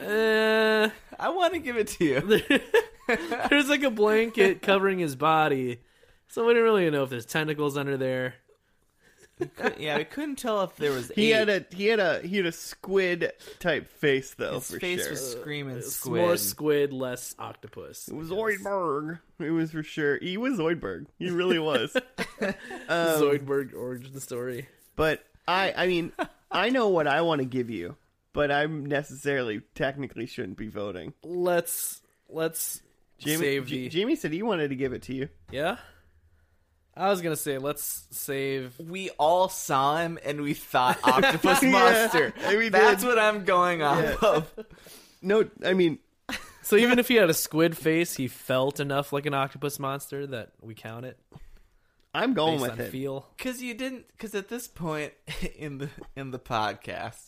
S2: Uh,
S3: I want to give it to you.
S2: there- there's like a blanket covering his body, so we don't really know if there's tentacles under there.
S3: Uh, yeah, we couldn't tell if there was.
S1: he
S3: eight.
S1: had a he had a he had a squid type face though.
S3: His
S1: for
S3: face
S1: sure.
S3: was screaming
S2: It's
S3: squid.
S2: more squid, less octopus.
S1: It was Zoidberg. It was for sure. He was Zoidberg. He really was. Um,
S2: Zoidberg origin story.
S1: But I, I mean, I know what I want to give you, but I'm necessarily technically shouldn't be voting.
S2: Let's let's
S1: Jamie,
S2: save
S1: J-
S2: the
S1: Jamie said he wanted to give it to you.
S2: yeah. I was gonna say let's save
S3: we all saw him and we thought octopus
S1: Yeah,
S3: monster.
S1: we
S3: That's
S1: did.
S3: what I'm going off
S1: Yeah.
S3: of.
S1: No, I mean,
S2: So even if he had a squid face, he felt enough like an octopus monster that we count it
S1: I'm going
S2: based on
S1: with it.
S2: feel.
S3: Because you didn't. Because at this point in the in the podcast,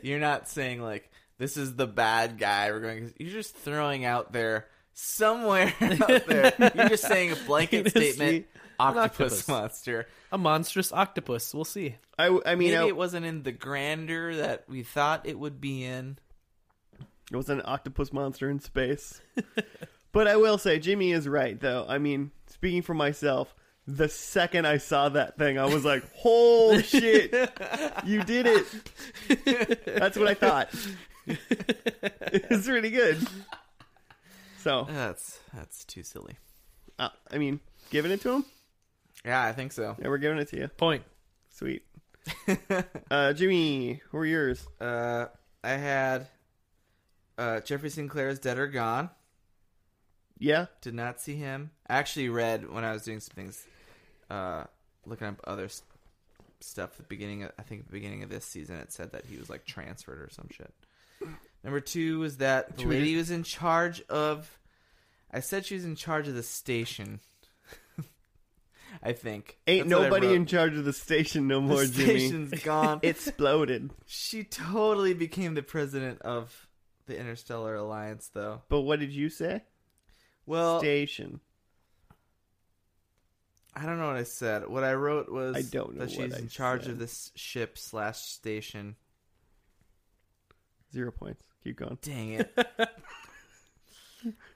S3: you're not saying like this is the bad guy. We're going. You're just throwing out there somewhere out there. You're just saying a blanket
S2: You just
S3: statement.
S2: see
S3: Octopus,
S2: octopus.
S3: monster.
S2: A monstrous octopus. We'll see.
S1: I, w- I mean,
S3: Maybe
S1: I,
S3: it wasn't in the grandeur that we thought it would be in.
S1: it was an octopus monster in space. but I will say, Jimmy is right, though. I mean, speaking for myself, the second I saw that thing, I was like, "Holy shit, you did it!" That's what I thought. it's really good. So,
S3: That's that's too silly.
S1: uh, I mean, giving it to him.
S3: Yeah, I think so.
S1: Yeah, we're giving it to you.
S2: Point.
S1: Sweet. uh, Jimmy, who are yours?
S3: Uh, I had uh, Jeffrey Sinclair's Dead or Gone.
S1: Yeah,
S3: Did not see him. I actually read when I was doing some things, uh, looking up other s- stuff. The beginning, of, I think, the beginning of this season, it said that he was like transferred or some shit. Number two was that the
S1: Should we-
S3: lady was in charge of. I said she was in charge of the station. I think
S1: ain't
S3: That's what I
S1: nobody
S3: wrote.
S1: in charge of the station no more,
S3: The
S1: Jimmy.
S3: station's gone.
S1: It exploded.
S3: She totally became the president of the Interstellar Alliance, though.
S1: But what did you say?
S3: Well,
S1: station.
S3: I don't know what I said. What I wrote was
S1: I don't know
S3: that she's
S1: what I
S3: in charge
S1: said.
S3: of this ship slash station.
S1: Zero points. Keep going.
S3: Dang it!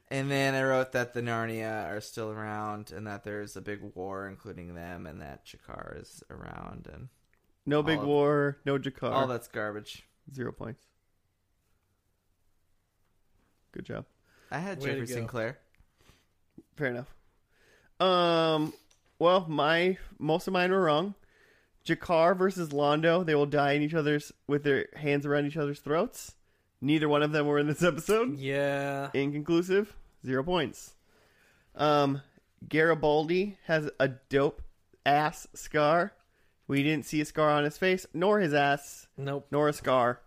S3: And then I wrote that the Narnia are still around, and that there's a big war, including them, and that Chakar is around, and
S1: No big
S3: All of-
S1: war, no Jakar.
S3: all that's garbage.
S1: Zero points. Good job.
S3: I had
S2: Way to
S3: Jeffrey
S2: go.
S3: Sinclair.
S1: Fair enough. Um, well, my most of mine were wrong. Jakar versus Londo. They will die in each other's with their hands around each other's throats. Neither one of them were in this episode.
S2: Yeah.
S1: Inconclusive. Zero points. Um, Garibaldi has a dope ass scar. We didn't see a scar on his face, nor his ass,
S2: Nope.
S1: nor a scar.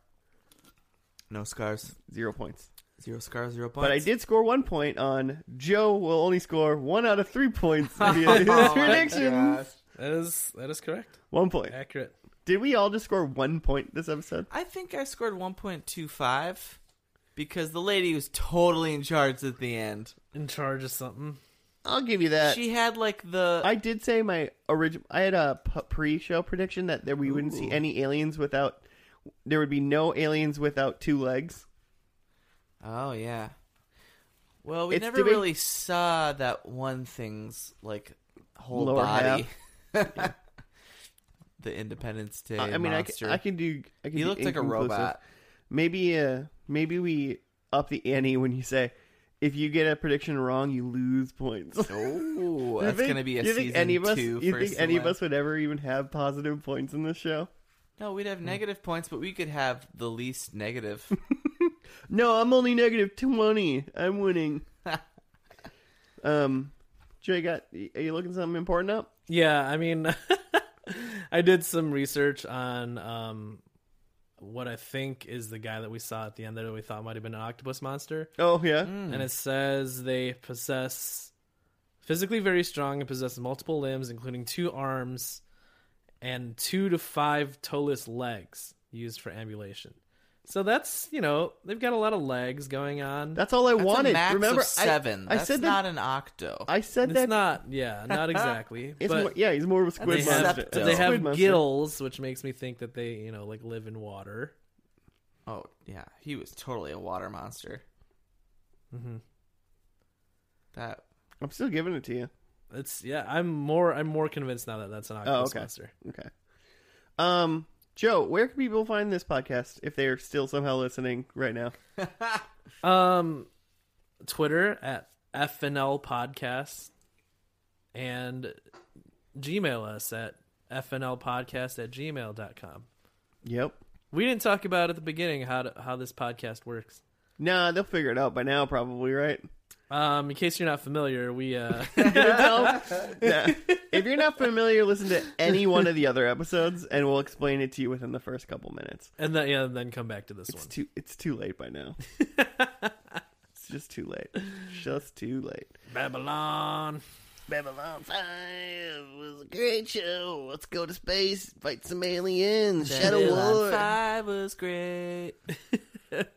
S3: No scars.
S1: Zero points.
S3: Zero scars, zero points.
S1: But I did score one point on Joe will only score one out of three points via his predictions.
S2: That is that is correct.
S1: One point.
S2: Accurate.
S1: Did we all just score one point this episode?
S3: I think I scored 1.25 because the lady was totally in charge at the end.
S2: In charge of something.
S1: I'll give you that.
S3: she had like
S1: Uh,
S3: the
S1: I did say my original. I had a p- pre-show prediction that there we wouldn't see
S3: Ooh.
S1: any aliens without. There would be no aliens without two legs.
S3: Oh yeah. Well, we
S1: It's
S3: never
S1: doing-
S3: really saw that one thing's like whole
S1: Lower
S3: body. the Independence Day.
S1: I- I mean, I, c-
S3: monster.
S1: I can do. I can
S3: he
S1: do
S3: looked like a
S1: inconclusive.
S3: robot.
S1: Maybe, uh, maybe we up the ante when you say, if you get a prediction wrong, you lose points.
S3: Oh,
S1: Do you
S3: that's
S1: think-
S3: gonna be a
S1: do you
S3: season
S1: think any of us,
S3: two.
S1: You
S3: first
S1: think any of
S3: one.
S1: us would ever even have positive points in this show?
S3: No, we'd have negative points, but we could have the least negative.
S1: No, I'm only negative twenty. I'm winning. um, Jay, got are you looking something important up?
S2: Yeah, I mean I did some research on um what I think is the guy that we saw at the end that we thought might have been an octopus monster.
S1: Oh yeah,
S3: Mm.
S2: And it says they possess physically very strong and possess multiple limbs, including two arms and two to five toeless legs used for ambulation. So that's you know, they've got a lot of legs going on.
S1: that's all I
S3: That's
S1: wanted.
S3: a max
S1: Remember,
S3: of seven.
S1: I, I
S3: that's
S1: said
S3: not
S1: that.
S3: an octo.
S1: I said
S2: it's
S1: that.
S2: not yeah, not exactly.
S1: it's
S2: but
S1: more, yeah, he's more of a
S3: And
S1: squid
S2: they have,
S1: monster.
S3: septum.
S1: It's a
S2: they have
S1: squid monster.
S2: gills, which makes me think that they, you know, like live in water.
S3: oh yeah, he was totally a water monster.
S1: Mm-hmm.
S2: Mhm.
S3: That
S1: I'm still giving it to you.
S2: It's yeah. I'm more I'm more convinced now that that's an octopus
S1: Oh, okay.
S2: monster.
S1: Okay. Um, Joe, where can people find this podcast if they are still somehow listening right now?
S2: Um, Twitter at FNL Podcast and Gmail us at FNLpodcast at gmail.com.
S1: Yep.
S2: We didn't talk about at the beginning how to, how this podcast works.
S1: Nah, they'll figure it out by now, probably, right?
S2: Um, in case you're not familiar, we uh,
S1: Yeah. if you're not familiar, listen to any one of the other episodes, and we'll explain it to you within the first couple minutes.
S2: and then yeah, and then come back to this
S1: It's
S2: one.
S1: too it's too late by now. it's just too late. Just too late.
S2: Babylon.
S1: Babylon Five was a great show. Let's go to space, fight some aliens, Shadow War.
S3: Five was great.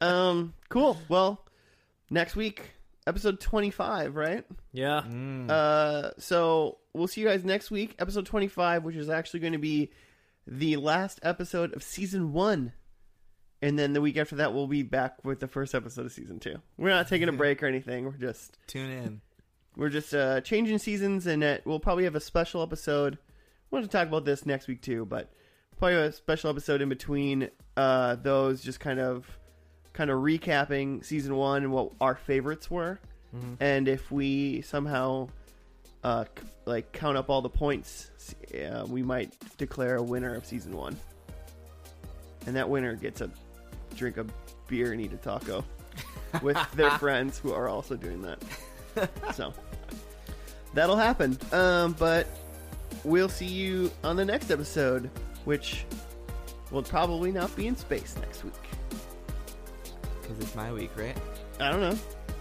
S1: Um, cool. Well, next week, episode twenty five, right?
S2: Yeah,
S1: Uh, so we'll see you guys next week, episode 25, which is actually going to be the last episode of season one. And then the week after that, we'll be back with the first episode of season two. We're not taking a break or anything. We're just
S3: Tune in.
S1: we're just uh, changing seasons, and uh, we'll probably have a special episode. We want to talk about this next week too, but probably a special episode in between uh, those, just kind of kind of recapping season one and what our favorites were, and if we somehow uh, c- like count up all the points, uh, we might declare a winner of season one, and that winner gets a drink a beer and eat a taco with their friends who are also doing that so that'll happen. Um, but we'll see you on the next episode, which will probably not be in space next week.
S3: Because it's my week, right?
S1: I don't know.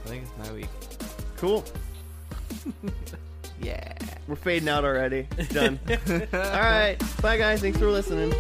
S3: I think it's my week.
S1: Cool.
S3: Yeah.
S1: We're fading out already. Done. All right. Bye, guys. Thanks for listening.